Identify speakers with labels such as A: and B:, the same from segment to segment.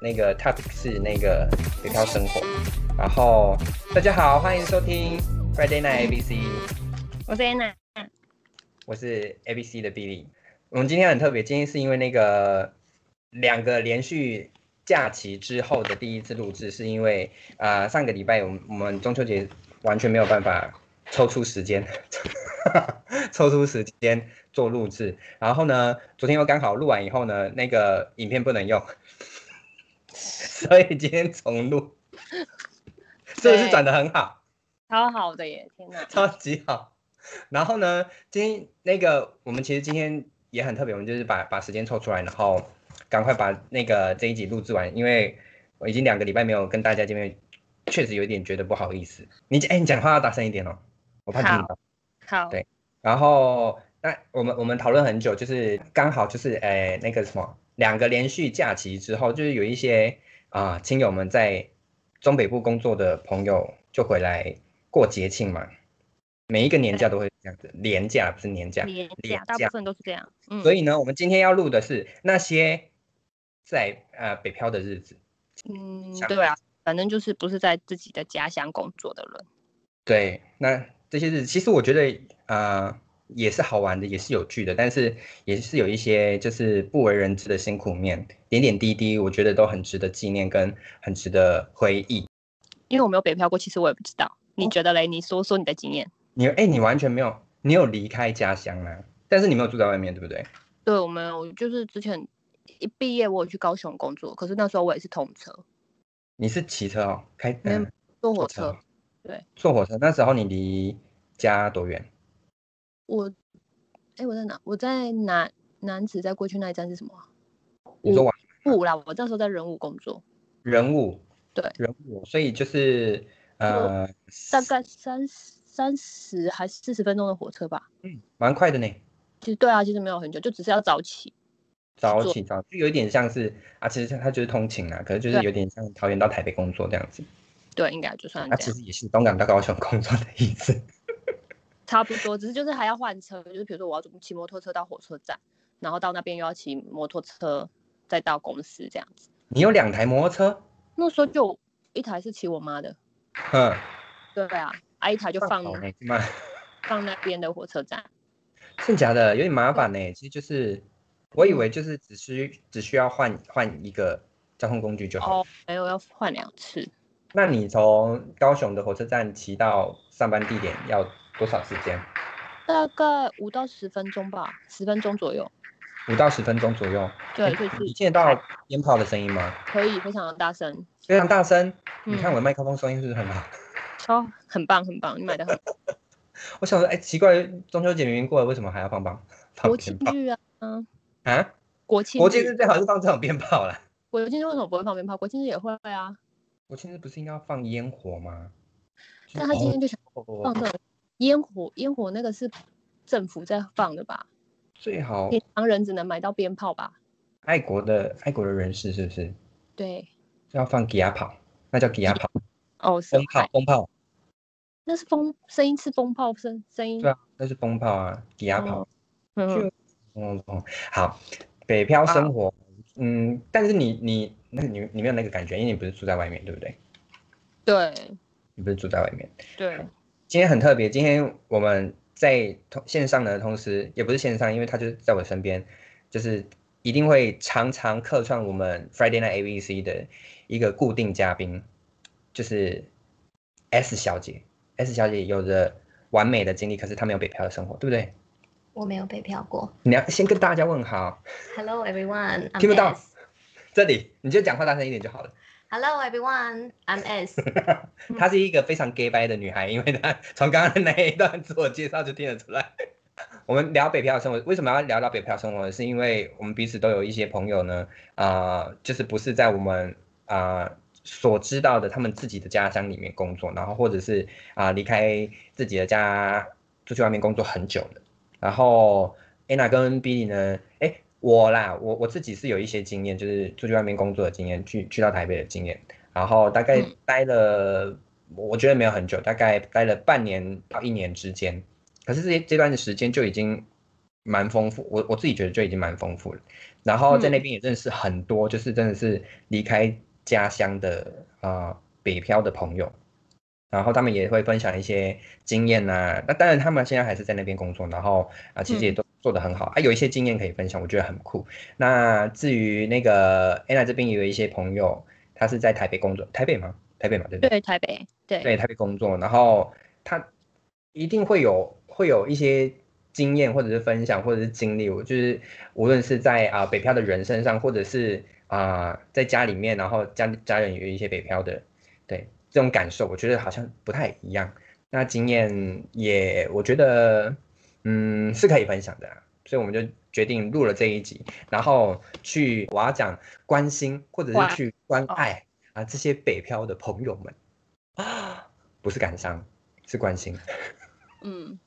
A: 那个 topic 是那个北漂生活。然后大家好，欢迎收听 Friday Night ABC，
B: 我是 Anna，
A: 我是 ABC 的 Billy。我们今天很特别，今天是因为那个两个连续假期之后的第一次录制，是因为啊、呃上个礼拜我们我们中秋节完全没有办法抽出时间， 抽出时间做录制。然后呢，昨天又刚好录完以后呢，那个影片不能用， 所以今天重录， 是不是转的很好？
B: 超好的耶！天哪，
A: 超级好。然后呢，今天那个我们其实今天也很特别，我们就是把把时间抽出来，然后赶快把那个这一集录制完，因为我已经两个礼拜没有跟大家见面，确实有点觉得不好意思。你哎、你讲话要大声一点哦，我怕听不到。
B: 好，
A: 对然后那我们我们讨论很久，就是刚好就是诶、呃那个什么，两个连续假期之后，就是有一些啊、亲友们在中北部工作的朋友就回来过节庆嘛，每一个年假都会这样子，年假不是年假，
B: 廉
A: 廉
B: 价，大
A: 价
B: 部分都是这样。嗯，
A: 所以呢，我们今天要录的是那些在呃北漂的日子。
B: 嗯，
A: 想
B: 对啊，反正就是不是在自己的家乡工作的人。
A: 对，那这些日子其实我觉得呃也是好玩的，也是有趣的，但是也是有一些就是不为人知的辛苦面，点点滴滴，我觉得都很值得纪念，跟很值得回忆。
B: 因为我没有北漂过，其实我也不知道。
A: 哦
B: 你觉得嘞？你说说你的经验。
A: 你哎，你完全没有，你有离开家乡啊，但是你没有住在外面，对不对？
B: 对，我们我就是之前一毕业，我有去高雄工作，可是那时候我也是通车，
A: 你是骑车哦，开
B: 没有
A: 嗯
B: 坐
A: 坐
B: 火
A: 车
B: 车。对，
A: 坐火车。那时候你离家多远？
B: 我，哎，我在哪？我在南南子，再过去那一站是什么啊？
A: 你说
B: 五
A: 往
B: 五啦，我那时候在人武工作，
A: 人物，
B: 对
A: 人物，所以就是呃，
B: 大概三三十还是四十分钟的火车吧。
A: 蛮快的呢。
B: 其实对啊，其实没有很久，就只是要早起。
A: 早
B: 做
A: 起早就有点像是啊，其实他就是通勤啦，可是就是
B: 对
A: 有点像桃园到台北工作这样子，
B: 对，应该就算
A: 他
B: 这
A: 其
B: 样，
A: 实也是东港到高雄工作的意思。
B: 差不多，只是就是还要换车，就是比如说我要骑摩托车到火车站，然后到那边又要骑摩托车再到公司这样子。
A: 你有两台摩托车，
B: 那时候就一台是骑我妈的，
A: 嗯，
B: 对啊，啊一台就放
A: 好呢，妈，
B: 放那边的火车站，
A: 真假的有点麻烦呢。其实就是我以为
B: 嗯
A: 就是只需只需要换换一个交通工具就好。
B: 哦，没有要换两次，
A: 那你从高雄的火车站骑到上班地点要多少时间？
B: 大概五到十分钟吧，十分钟左右。
A: 五到十分钟左右。
B: 对，所以
A: 你
B: 是
A: 听得到鞭炮的声音吗？
B: 可以非常的大声，
A: 非常大声。
B: 嗯
A: 啊你看我的麦克风声音是不是很好？
B: 超很棒很棒，你买 的很
A: 我想说，哎、奇怪，中秋节明明过了，为什么还要放棒？放
B: 国
A: 鞭
B: 庆
A: 炮
B: 日啊，嗯，
A: 啊？
B: 国庆
A: 国庆日
B: 日
A: 最好是放这种鞭炮啦。
B: 国庆日为什么不会放鞭炮？国庆日也会啊，
A: 国庆日不是应该要放烟火吗？
B: 但他今天就想。放
A: 哦
B: 这种烟火，烟火那个是政府在放的吧？
A: 最好
B: 平常人只能买到鞭炮吧？
A: 爱国的爱国的人士是不是
B: 对，
A: 要放吉亚炮？那叫吉亚炮，
B: 哦，是
A: 风炮，风炮，
B: 那是风声音是风炮声声音
A: 对，啊，那是风炮啊，吉亚炮
B: 哦。嗯，
A: 嗯，嗯好，北漂生活，嗯，但是你你那你你没有那个感觉，因为你不是住在外面，对不对？
B: 对
A: 你不是住在外面。
B: 对，
A: 今天很特别，今天我们在同线上的同时，也不是线上，因为他就是在我身边，就是一定会常常客串我们 Friday Night ABC 的一个固定嘉宾，就是 S 小姐。S 小姐有着完美的经历，可是她没有北漂的生活，对不对？
C: 我没有北漂过。
A: 你要先跟大家问好，
C: Hello everyone, I'm
A: 听不到
C: S.。
A: 这里你就讲话大声一点就好了。
C: Hello everyone, I'm S.
A: 她是一个非常 gay 掰的女孩，因为她从刚刚的那一段自我介绍就听得出来。 我们聊北漂生活，为什么要聊到北漂生活？是因为我们彼此都有一些朋友呢，啊、就是不是在我们啊、所知道的他们自己的家乡里面工作，然后或者是啊、离开自己的家出去外面工作很久了。然后 Anna 跟 Billy 呢，哎，我啦，我我自己是有一些经验，就是出去外面工作的经验，去去到台北的经验。然后大概
B: 嗯
A: 待了，我觉得没有很久，大概待了半年到一年之间。可是这这段时间就已经蛮丰富，我我自己觉得就已经蛮丰富了。然后在那边也认识很多，就是真的是离开家乡的啊、呃北漂的朋友，然后他们也会分享一些经验呐、那当然他们现在还是在那边工作，然后啊、其实也都做得很好、啊，有一些经验可以分享，我觉得很酷。那至于那个 Anna 这边也有一些朋友，他是在台北工作，台北吗？台北嘛，对不对？
B: 对，台北，对，
A: 对台北工作，然后他一定会有会有一些经验或者是分享或者是经历，我就是无论是在啊、北漂的人身上，或者是啊、在家里面，然后家家人有一些北漂的，对这种感受，我觉得好像不太一样。那经验也我觉得嗯是可以分享的、啊，所以我们就决定录了这一集，然后去我要讲关心或者
B: 哇
A: 是去关
B: 哦
A: 爱啊这些北漂的朋友们啊，不是感伤，是关心。
B: 嗯，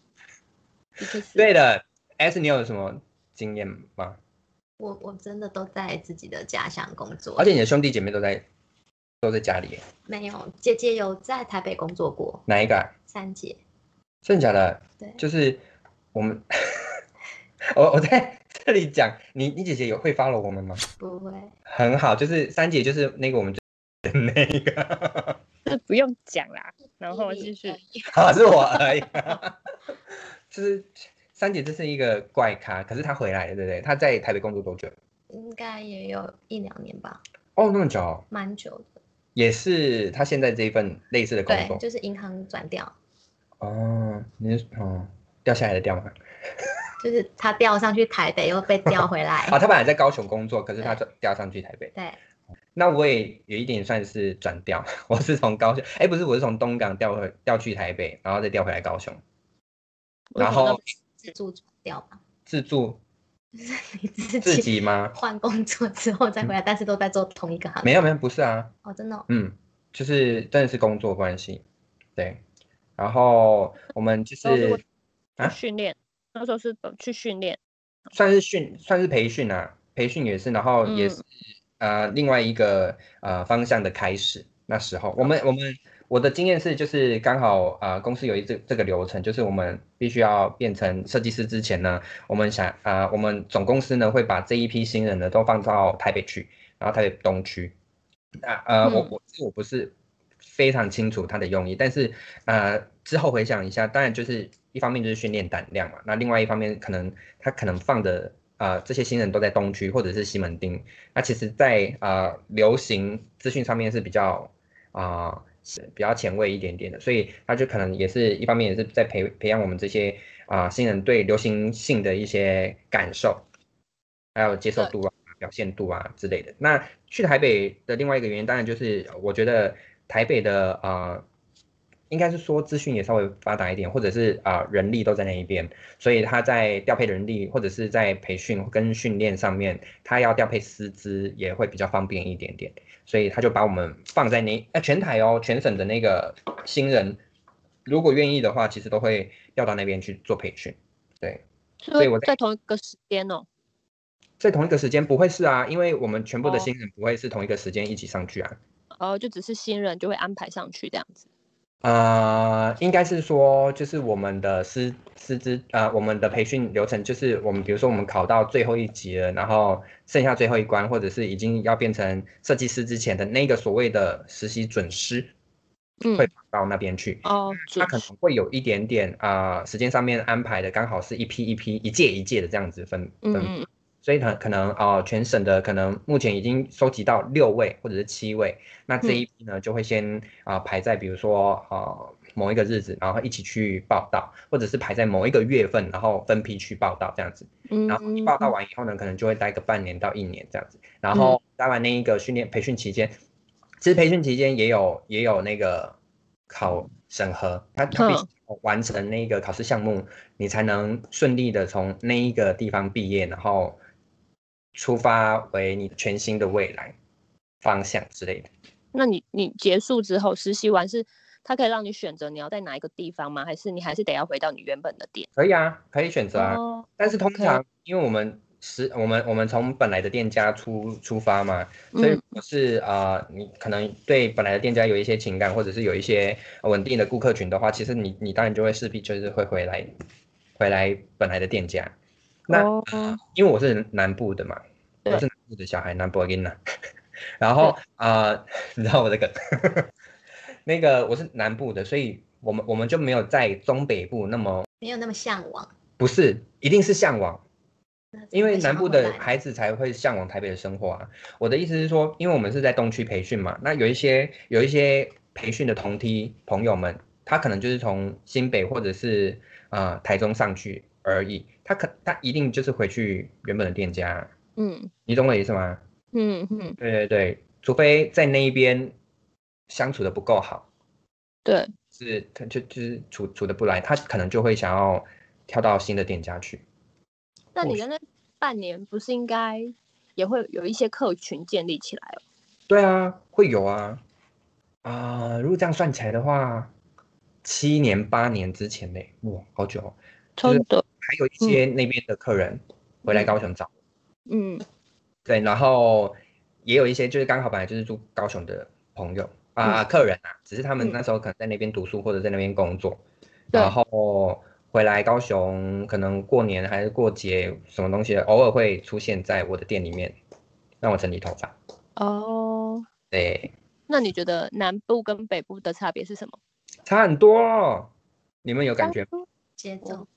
B: 的确是。
A: 对的，S，你有什么经验吗？
C: 我我真的都在自己的家乡工作，
A: 而且你的兄弟姐妹都在都在家里耶，
C: 没有姐姐有在台北工作过，
A: 哪一个、啊？
C: 三姐
A: 真的假的？
C: 对
A: 就是我们， 我我在这里讲，你你姐姐有会 follow 我们吗？
C: 不会，
A: 很好，就是三姐就是那个我们最那个，
B: 这不用讲 啦，然后
C: 一
B: 继续
C: 二
A: 好啊是我而已，就是。三姐这是一个怪咖，可是她回来了，对不对？她在台北工作多久？
C: 应该也有一两年吧，
A: 哦，那么久哦，
C: 蛮久的。
A: 也是她现在这一份类似的工
C: 对
A: 作，。
C: 就是银行转调，
A: 哦，你是哦掉下来的掉吗？
C: 就是她调上去台北又 被调回来
A: 啊，。他本来在高雄工作，可是他调上去台北。
C: 对，
A: 那我也有一点算是转调， 我是从高雄，哎，不是，我是从东港调回调去台北，然后再调回来高雄，
B: 为什
A: 然
B: 么
A: 后
C: 自助转调吧，
A: 自助
C: 你自
A: 自
C: 己
A: 己吗？
C: 换工作之后再回来，但是都在做同一个行业。
A: 没有没有，不是啊，
C: 哦，真的哦
A: 嗯，就是真的是工作关系，对。然后我们就
B: 都是
A: 是啊
B: 要训练，那时候是去训练，
A: 算是训，算是培训啊，培训也是，然后也是、呃另外一个呃方向的开始。那时候我们我们我的经验是，就是刚好呃公司有一这这个流程，就是我们必须要变成设计师之前呢，我们想呃我们总公司呢会把这一批新人呢都放到台北去，然后台北东区。那呃我
B: 嗯
A: 我我不是非常清楚它的用意，但是呃之后回想一下，当然就是一方面就是训练胆量嘛，那另外一方面可能他可能放的呃这些新人都在东区或者是西门町，那其实在，呃流行资讯上面是比较啊、是比较前卫一点点的，所以他就可能也是一方面也是在培培养我们这些啊、新人对流行性的一些感受，还有接受度啊、表现度啊之类的。那去台北的另外一个原因，当然就是我觉得台北的啊、呃应该是说资讯也稍微发达一点，或者是啊、呃人力都在那一边，所以他在调配人力或者是在培训跟训练上面，他要调配师资也会比较方便一点点，所以他就把我们放在那呃全台哦全省的那个新人，如果愿意的话，其实都会调到那边去做培训。
B: 所
A: 所以我在
B: 在同一个时间哦。
A: 在同一个时间不会是啊，因为我们全部的
B: 哦
A: 新人不会是同一个时间一起上去啊。
B: 哦，就只是新人就会安排上去这样子。
A: 呃，应该是说，就是我们的师师资，呃，我们的培训流程就是我们，比如说我们考到最后一级了，然后剩下最后一关，或者是已经要变成设计师之前的那个所谓的实习准师，
B: 嗯
A: 会到那边去。
B: 哦，
A: 他
B: 准
A: 可能会有一点点啊、呃时间上面安排的刚好是一批一批、一届一届的这样子分
B: 嗯
A: 分
B: 嗯嗯
A: 所以呢，可能啊、呃全省的可能目前已经收集到六位或者是七位，那这一批呢就会先啊、排在比如说呃某一个日子，然后一起去报道，或者是排在某一个月份，然后分批去报道这样子。
B: 嗯，
A: 然后一报道
B: 嗯
A: 完以后呢，可能就会待个半年到一年这样子。然后待完那一个训练培训期间，其实培训期间也有也有那个考审核，他他必须
B: 嗯
A: 完成那个考试项目，你才能顺利的从那一个地方毕业，然后出发为你全新的未来方向之类的。
B: 那你你结束之后实习完是，他可以让你选择你要在哪一个地方吗？还是你还是得要回到你原本的店？
A: 可以啊，可以选择啊。
B: 哦，
A: 但是通
B: OK
A: 常因为我们是，我们我们从本来的店家出出发嘛，所以如
B: 嗯
A: 果是啊、呃你可能对本来的店家有一些情感，或者是有一些呃稳定的顾客群的话，其实你你当然就会势必就是会回来回来本来的店家。那、
B: 哦
A: 呃因为我是南部的嘛，我
B: 对
A: 是南部的小孩，南博根啊。 然后啊、呃 你知道我这个那个我是南部的，所以我们我们就没有在中北部那么
C: 没有那么向往。
A: 不是，一定是向往，
C: 那怎么
A: 因为
C: 会想
A: 南
C: 要
A: 部
C: 回
A: 的
C: 来
A: 孩子才会向往台北的生活啊。我的意思是说，因为我们是在东区培训嘛，那有一些有一些培训的同梯朋友们，他可能就是从新北或者是呃台中上去而已，他可他一定就是回去原本的店家，
B: 嗯
A: 你懂我的意思吗？
B: 嗯嗯，
A: 对对对，除非在那一边相处的不够好，
B: 对，
A: 是他就就是处处的不来，他可能就会想要跳到新的店家去。
B: 那
A: 或
B: 你
A: 许
B: 在那半年不是应该也会有一些客群建立起来哦？
A: 对啊，会有啊，啊、如果这样算起来的话，七年八年之前嘞，哇，好久、哦。
B: 真的，
A: 还有一些那边的客人回来高雄找，
B: 嗯
A: 对，然后也有一些就是刚好本来就是住高雄的朋友啊、
B: 嗯
A: 客人啊，只是他们
B: 嗯
A: 那时候可能在那边读书或者在那边工作，
B: 对
A: 然后回来高雄，可能过年还是过节什么东西的，偶尔会出现在我的店里面，让我整理头发。
B: 哦，
A: 对，
B: 那你觉得南部跟北部的差别是什么？
A: 差很多、哦，你们有感觉吗？
C: 节奏、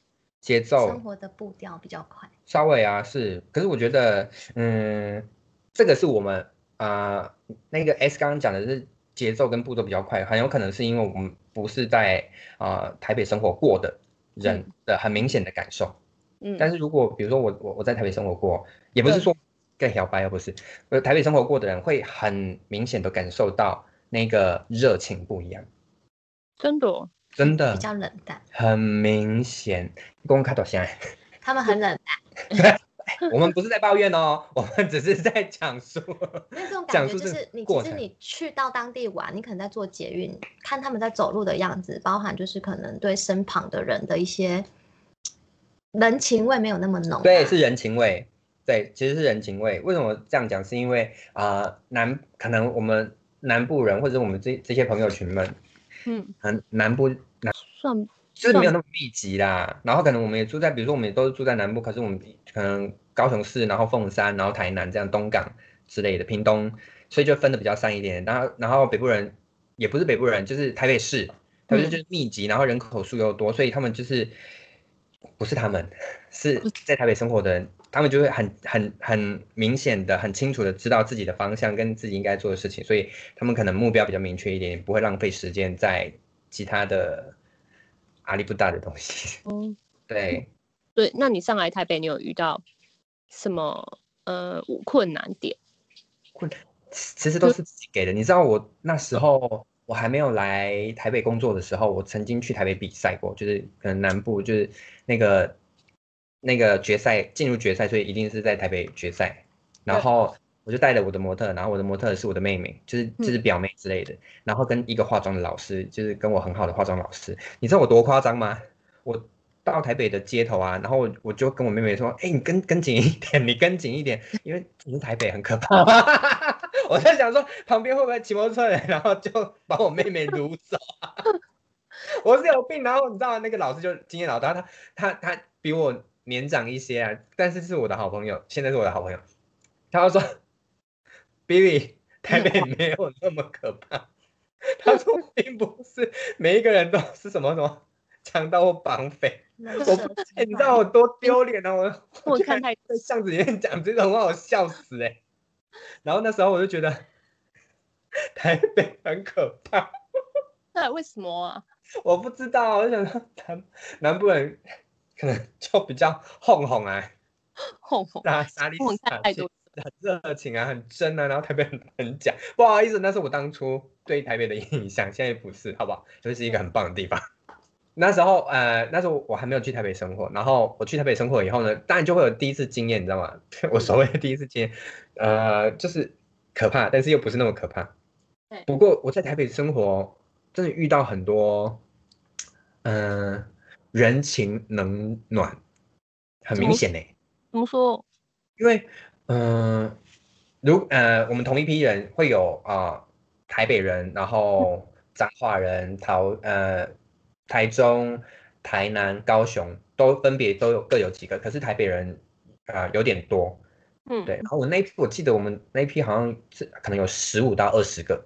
A: 节奏
C: 生活的步调比较快，
A: 稍微啊是，可是我觉得，嗯，这个是我们啊、呃那个 S 刚刚讲的是节奏跟步骤比较快，很有可能是因为我们不是在啊、呃台北生活过的人
C: 嗯
A: 的很明显的感受。
B: 嗯，
A: 但是如果比如说我我我在台北生活过，也不是
B: 对
C: 嗯
A: 说更摇摆，而不是，呃，台北生活过的人会很明显的感受到那个热情不一样，
B: 真的哦
A: 真的
C: 比较冷淡。很
A: 很明显。公开到现在。
C: 他们很冷淡，
A: 我们不是在抱怨哦， 我们只是在讲述。
C: 因为这种
A: 讲
C: 感觉
A: 述
C: 就
A: 这个
C: 是你
A: 过
C: 其实
A: 程
C: 你去到当地玩，你可能在做捷运，看他们在走路的样子，包含就是可能对身旁的人的一些人情味没有那么浓、啊
A: 对，是，人情味。对，其实是人情味。为什么这样讲？是因为啊、呃南可能我们南部人或者我们这这些朋友群们，
B: 嗯，
A: 嗯，南部
B: 算
A: 就是没有
B: 算
A: 那么密集啦。然后可能我们也住在，比如说我们也都是住在南部，可是我们可能高雄市，然后凤山，然后台南这样东港之类的，屏东，所以就分的比较散一点。然后然后北部人也不是北部人，就是台北市，台北市
B: 嗯
A: 就是密集，然后人口数又多，所以他们就是不是他们 是在台北生活的人。他们就会很很很明显的、很清楚的知道自己的方向跟自己应该做的事情，所以他们可能目标比较明确一点，不会浪费时间在其他的阿里不大的东西。
B: 嗯，
A: 对，
B: 对。那你上来台北，你有遇到什么呃困难点？
A: 其实都是自己给的。你知道我那时候我还没有来台北工作的时候，我曾经去台北比赛过，就是可能南部就是那个那个决赛进入决赛，所以一定是在台北决赛。然后我就带了我的模特，然后我的模特是我的妹妹，就是就是表妹之类的，然后跟一个化妆的老师，就是跟我很好的化妆老师。你知道我多夸张吗？我到台北的街头啊，然后我我就跟我妹妹说：“哎、你跟跟紧一点，你跟紧一点，因为你是台北很可怕。” 我在想说，旁边会不会骑摩托车的人， 然后就把我妹妹掳走、我是有病，然后你知道那个老师就经验老大，他他他比我年长一些啊，但是是我的好朋友，现在是我的好朋友。他就说：“Billy，台北没有那么可怕。”他说：“并不是每一个人都是什么什么强盗或绑匪。
C: 人
A: 我
C: 设
A: 不
C: 之
A: 哎，你知
C: 外
A: 道我多丢脸啊！我
B: 我
A: 居
B: 看
A: 然
B: 太
A: 在巷子里面讲这种话，我笑死哎、然后那时候我就觉得台北很可怕，
B: 那为什么啊？
A: 我不知道，我就想说南南部人可能就比较哄哄啊，
B: 哄哄
A: 大沙利
B: 哄看太多，
A: 很热情啊，很真啊，然后台北很很假。 不好意思，那是我当初对台北的印象， 现在不是，好不好？就是一个很棒的地方。 那时候，呃，那时候我还没有去台北生活，然后我去台北生活以后呢，当然就会有第一次经验，你知道吗？ 我所谓的第一次经验，呃，就是可怕，但是又不是那么可怕
B: 对。
A: 不过我在台北生活，真的遇到很多，嗯、人情冷暖，很明显呢、
B: 怎么说？
A: 因为，嗯、如呃，我们同一批人会有啊、台北人，然后彰化人、桃呃、台中、台南、高雄都分别都有各有几个，可是台北人啊、呃有点多，
B: 嗯，
A: 对。然后我那一批我记得我们那一批好像是可能有十五到二十个，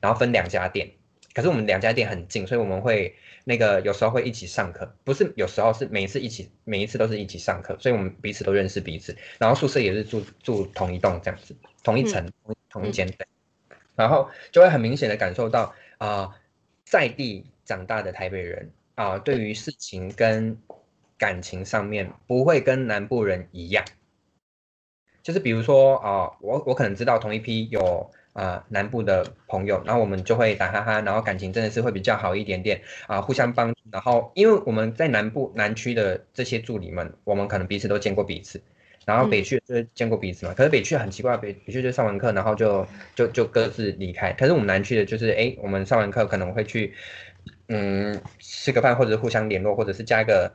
A: 然后分两家店，可是我们两家店很近，所以我们会那个有时候会一起上课，不是有时候是每一次一起，每一次都是一起上课，所以我们彼此都认识彼此。然后宿舍也是住住同一栋这样子，同一层、同一同一间对。然后就会很明显的感受到啊、在地长大的台北人啊、对于事情跟感情上面不会跟南部人一样。就是比如说啊、我我可能知道同一批有啊南部的朋友，然后我们就会打哈哈，然后感情真的是会比较好一点点啊、互相帮助。然后因为我们在南部南区的这些助理们，我们可能彼此都见过彼此，然后
B: 嗯
A: 北区就是见过彼此嘛。可是北区很奇怪，北北区就上完课，然后就就就各自离开。可是我们南区的就是，哎，我们上完课可能会去嗯吃个饭，或者互相联络，或者是加个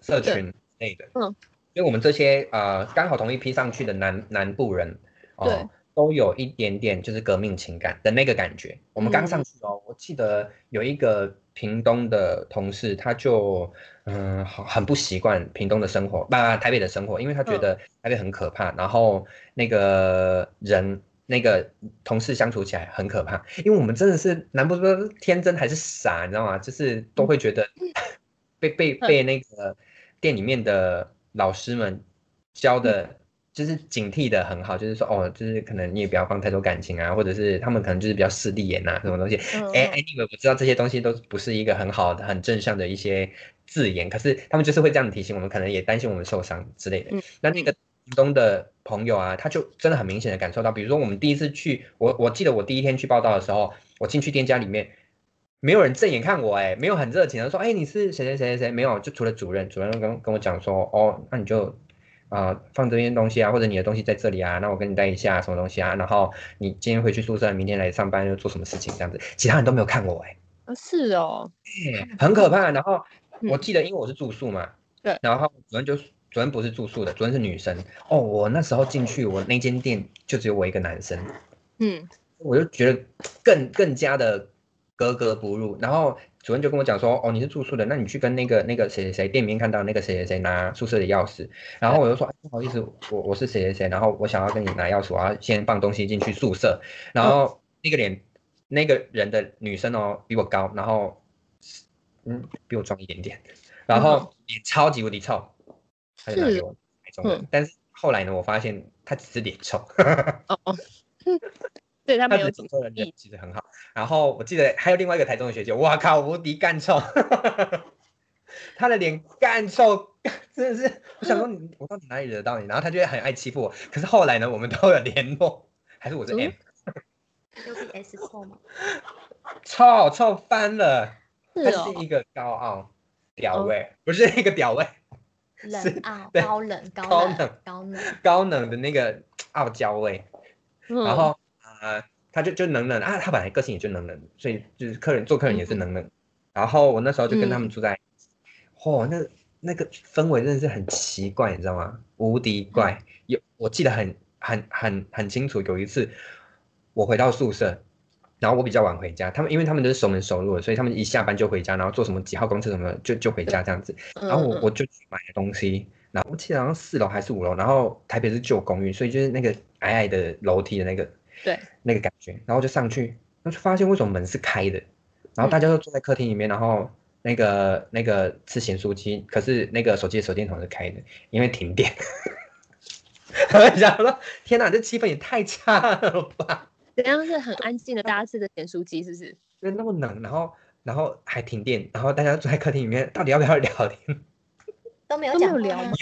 A: 社
B: 对
A: 群之类的。
B: 嗯，
A: 因为我们这些呃刚好同一批上去的南南部人，哦、
B: 对，
A: 都有一点点就是革命情感的那个感觉。我们刚上去哦，我记得有一个屏东的同事，他就嗯好很不习惯屏东的生活，不、台北的生活，因为他觉得台北很可怕，然后那个人。那个同事相处起来很可怕，因为我们真的是难不说天真还是傻，你知道吗？就是都会觉得 被被被那个店里面的老师们教的，就是警惕的很好，就是说哦，就是可能你也不要放太多感情啊，或者是他们可能就是比较势利眼啊，什么东西。
B: 嗯
A: 哎、a
B: 嗯
A: n y w a y 我知道这些东西都不是一个很好的、很正向的一些字眼，可是他们就是会这样提醒我们，可能也担心我们受伤之类的。
B: 嗯
A: 那那个屏东的朋友啊，他就真的很明显的感受到，比如说我们第一次去，我我记得我第一天去报道的时候，我进去店家里面。没有人正眼看我、哎，没有很热情的说，哎、你是谁谁谁谁谁？没有，就除了主任，主任跟跟我讲说，哦，那你就啊、放这边东西啊，或者你的东西在这里啊，那我跟你带一下什么东西啊，然后你今天回去宿舍，明天来上班又做什么事情这样子，其他人都没有看我、哎、
B: 啊是哦，
A: 很可怕。然后我
B: 嗯
A: 记得，因为我是住宿嘛，
B: 对
A: 然后主任就主任不是住宿的，主任是女生。哦，我那时候进去，我那间店就只有我一个男生，
B: 嗯
A: 我就觉得更更加的格格不入。然后主任就跟我讲说，哦，你是住宿的，那你去跟那个那个谁谁谁店里面看到那个谁谁谁拿宿舍的钥匙。然后我就说，哎不好意思，我我是谁谁谁，然后我想要跟你拿钥匙，我要先放东西进去宿舍。然后那个脸那个人的女生哦比我高，然后嗯比我壮一点点，然后脸超级无敌臭，他就拿给我台中人。但是后来呢，我发现他只是脸臭。
B: 哦哦， 对他
A: 他
B: 没
A: 只
B: 有
A: 是
B: 怎
A: 主
B: 么
A: 持人
B: 地
A: 人其实很好。然后我记得还有另外一个台中的学姐，哇靠，无敌干臭， 她的脸干臭，真的是，我想说你，我到底哪里惹到你？然后她就会很爱欺负我。可是后来呢，我们都有联络，还是我是哎 M，、
B: 嗯
C: 又是 S 扣 吗？
A: 臭臭翻了，
B: 是
A: 她
B: 哦
A: 是，一个高傲屌味，不是一个屌味，
C: 冷傲、
A: 对
C: 高冷、高
A: 高
C: 冷
A: 冷、
C: 高冷，
A: 高冷的那个傲娇味。然
B: 然
A: 后啊、呃他就就能冷啊，他本来个性也就能冷，所以就是客人做客人也是能冷。然后我那时候就跟他们住在，嚯、那那个氛围真的是很奇怪，你知道吗？无敌怪。有我记得很很很很清楚，有一次我回到宿舍。然后我比较晚回家，他们因为他们都是熟门熟路的，所以他们一下班就回家，然后坐什么几号公车什么的就就回家这样子。
B: 嗯
A: 然后我我就去买了东西，然后我记得好像四楼还是五楼，然后台北是旧公寓，所以就是那个矮矮的楼梯的那个
B: 对
A: 那个感觉，然后就上去，然后就发现为什么门是开的，然后大家都坐在客厅里面，然后那个那个吃咸酥鸡，可是那个手机的手电筒是开的，因为停电。 我想说，天哪，这气氛也太差了吧！
B: 怎样是很安静的，大家吃着咸酥鸡，是不是？
A: 就那么冷，然后然后还停电，然后大家坐在客厅里面，到底要不要聊天？
C: 都没有
B: 都没
C: 讲
B: 有
C: 话
B: 聊
C: 吗
B: 吗？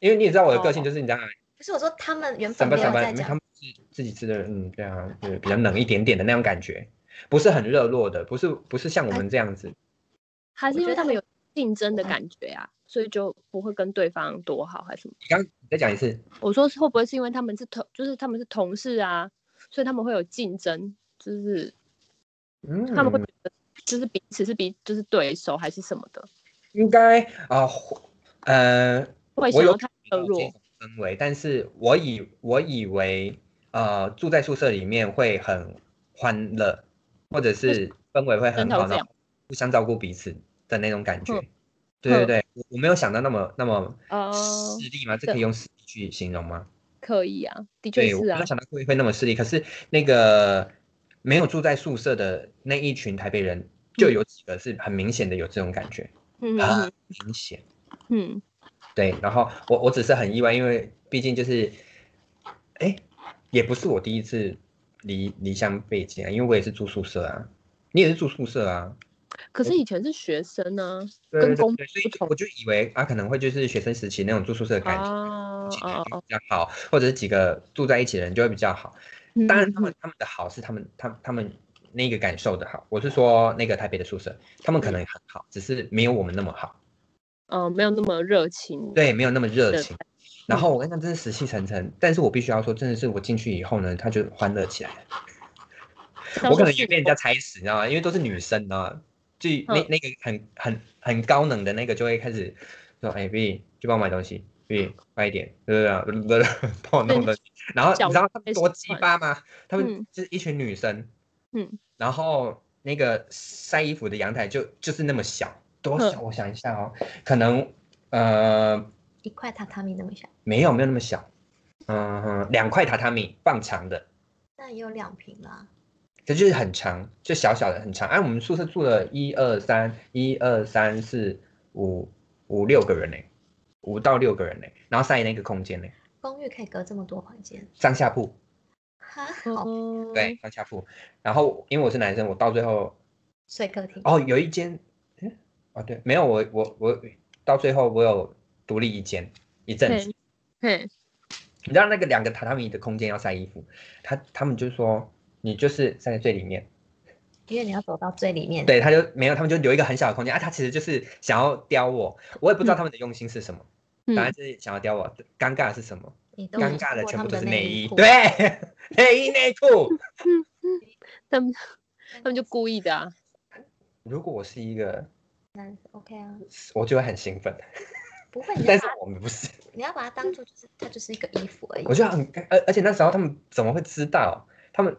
A: 因为你也知道我的个性就是你知道吗
C: 不是我说他们原本
A: 上
C: 没
A: 班
C: 有
A: 上
C: 在
A: 班，因为他
C: 讲，
A: 们自己自己吃的，嗯，对啊，就是比较冷一点点的那种感觉，不是很热络的，不是不是像我们这样
B: 哎
A: 子，
B: 还是因
C: 觉
B: 为他
C: 得
B: 们有竞争的感觉啊，所以就不会跟对方多好还是什么？
A: 你再讲一次，
B: 我说是会不会是因为他们是同，就是他们是同事啊，所以他们会有竞争，就是
A: 嗯，
B: 他们会觉得就是彼此是比就是对手还是什么的，
A: 应该啊、或呃，
B: 会
A: 我
B: 想
A: 有
B: 要看热
A: 这
B: 络
A: 种。氛围，但是我以我以为呃住在宿舍里面会很欢乐，或者是氛围会很
B: 真的
A: 好，
B: 会这
A: 然
B: 样
A: 后互相照顾彼此的那种感觉，
B: 嗯
A: 对对对，我我没有想到那么那么
B: 呃，
A: 势利吗？这可以用势利去形容吗？
B: 可以啊，的确
A: 对，我
B: 是
A: 没
B: 啊
A: 有，想到会会那么势利。可是那个没有住在宿舍的那一群台北人，就有几个是很明显的有这种感觉，
B: 嗯
A: 啊
B: 嗯
A: 明显。
B: 嗯，
A: 对，然后我我只是很意外，因为毕竟就是，哎，也不是我第一次离离乡背景啊，因为我也是住宿舍啊，你也是住宿舍啊，
B: 可是以前是学生呢，
A: 对
B: 跟
A: 对
B: 公
A: 对，所
B: 不
A: 以
B: 同
A: 我就以为啊，可能会就是学生时期那种住宿舍的感觉，
B: 啊
A: 几个
B: 啊
A: 人就比较好，或者是几个住在一起的人就会比较好。
B: 嗯
A: 当然，他们他们的好是他们他们他们那个感受的好，我是说那个台北的宿舍，他们可能很好，只是没有我们那么好，
B: 嗯、呃没有那么热情，
A: 对，没有那么热
B: 对
A: 情。然后我跟他真是死气沉沉，但是我必须要说，真的是我进去以后呢，他就欢乐起来了。
B: 像
A: 我可
B: 是哦
A: 能也
B: 室
A: 被人家踩死，你知道吗？因为都是女生，你知道吗？就那
B: 嗯
A: 那个很很很高能的那个就会开始说：“哎、b 去帮我买东西，B
B: 嗯
A: 快一点，对对对， 帮我弄东西。”然后你知道他们多鸡巴吗？他们
B: 嗯
A: 就是一群女生，
B: 嗯，
A: 然后那个晒衣服的阳台就就是那么小，多
B: 嗯
A: 小？我想一下哦，可能呃
C: 一块榻榻米那么小，
A: 没有没有那么小，嗯、两块榻榻米放长的，
C: 那也有两平啦。
A: 这就是很长，就小小的很长。哎按、我们宿舍住了一二三一二三四五五六个人呢、五到六个人呢、然后塞那个空间呢、
C: 公寓可以隔这么多房间，
A: 上下铺，
C: 哈，好
B: 嗯，
A: 对，上下铺。然后因为我是男生，我到最后
C: 睡客厅。
A: 哦有一间，诶哦对，没有我我我到最后我有独立一间一阵子。
B: 嘿，
A: 你知道那个两个榻榻米的空间要晒衣服，他他们就说你就是晒在最里面。
C: 因为你要走到最里面。，
A: 对，他就没有，他们就留一个很小的空间啊。他其实就是想要刁我，我也不知道他们的用心是什么，
B: 嗯
A: 反正就是想要刁我。尴尬的是什么？
C: 你都
A: 尴尬的全部都是内
C: 衣
A: 衣，
C: 裤。
A: 对， 内衣内裤。
B: 他们他们就故意的啊，
A: 如果我是一个，
C: 那 OK 啊，
A: 我就会很兴奋，
C: 不会，你要
A: 但是
C: 把
A: 我们不是，
C: 你要把它当做就是它就是一个衣服而已。
A: 我就很尴，而而且那时候他们怎么会知道？他们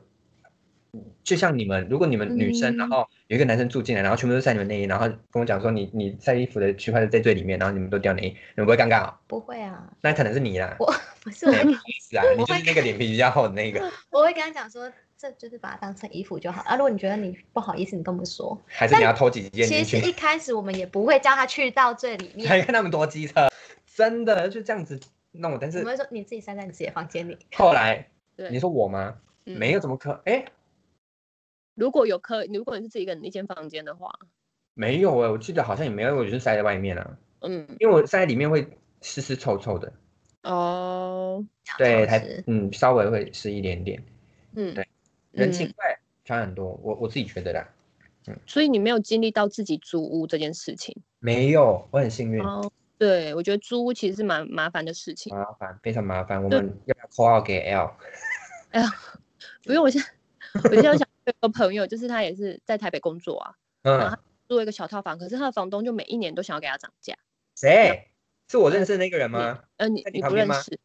A: 就像你们，如果你们女生，然
B: 嗯
A: 后有一个男生住进来，然后全部都晒你们内衣，然后跟我讲说你你晒衣服的区块是在最里面，然后你们都掉内衣，你们不会尴尬、哦？
C: 不会啊，
A: 那可能是你啦。
C: 我不是我
A: 对，是啊，你就是那个脸皮比较厚的那个，
C: 我会跟他讲说，这就是把它当成衣服就好啊。如果你觉得你不好意思，你跟我们说。
A: 还是你要偷几件
C: 其
A: 进
C: 实
A: 去？
C: 一开始我们也不会叫他去到最里面，
A: 还看他们多机车，真的就这样子弄。但
C: 我们
A: 是
C: 会说你自己塞在你自己的房间里。
A: 后来
B: 对，
A: 你说我吗？
B: 嗯
A: 没有，怎么可？哎，
B: 如果有客，如果你是自己一个人一间房间的话，
A: 没有哎，我记得好像也没有，我就是塞在外面啊，
B: 嗯，
A: 因为我塞在里面会湿湿臭臭的，
B: 哦，
A: 对，
C: 潮
A: 才
C: 湿
A: 嗯稍微会湿一点点。
B: 嗯，
A: 对人情
B: 嗯
A: 味差很多，我我自己觉得啦，
B: 所以你没有经历到自己租屋这件事情。
A: 没有，我很幸运，
B: 哦，对，我觉得租屋其实是蛮麻烦的事情。
A: 麻烦非常麻烦。我们要不要 call out 给 L？
B: 哎呀，不用，我现在我现在想有个朋友，就是他也是在台北工作啊，
A: 嗯，
B: 租一个小套房，可是他的房东就每一年都想要给他涨价。
A: 谁？是我认识的那个人吗？
B: 呃，你
A: 在你
B: 你
A: 旁
B: 不
A: 边
B: 认
A: 吗
B: 识？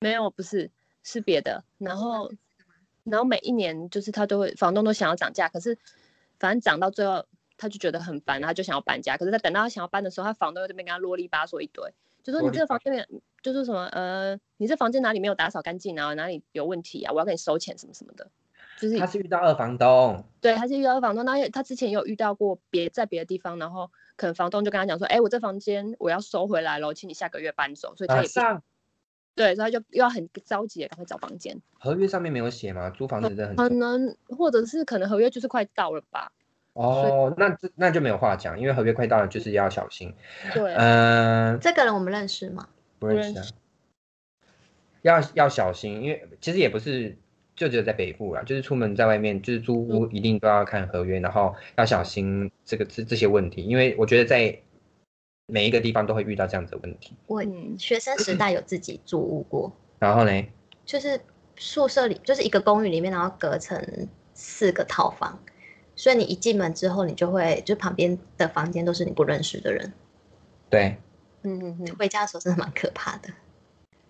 B: 没有，不是，是别的。然后，然后每一年就是他都会，房东都想要涨价，可是反正涨到最后，他就觉得很烦，他就想要搬家。可是他等到他想要搬的时候，他房东又这边跟他啰里吧嗦一堆，就说
A: 啰
B: 你
A: 里
B: 这个
A: 吧
B: 房间没有，就是什么呃，你这房间哪里没有打扫干净啊，哪里有问题啊，我要跟你收钱什么什么的。就是
A: 他是遇到二房东。
B: 对，他是遇到房东，那也他之前也有遇到过别在别的地方，然后可能房东就跟他讲说，哎、我这房间我要收回来了，请你下个月搬走，所以他也
A: 马
B: 不
A: 上
B: 对，所以他就又要很着急的赶快找房间，
A: 合约上面没有写吗？租房子真的很
B: 可能或者是可能合约就是快到了吧，
A: 哦，那这那就没有话讲，因为合约快到了，就是要小心。
B: 对，
A: 嗯、
C: 这个人我们认识吗？
A: 不认识啊，要要小心，因为其实也不是就只有在北部啦，就是出门在外面，就是租屋一定都要看合约，然后要小心这个这这些问题，因为我觉得在每一个地方都会遇到这样子的问题。
C: 我
B: 嗯
C: 学生时代有自己住屋过，
A: 然后呢，
C: 就是宿舍里就是一个公寓里面，然后隔成四个套房，所以你一进门之后，你就会就旁边的房间都是你不认识的人。
A: 对，
B: 嗯嗯嗯，
C: 回家的时候真的蛮可怕的，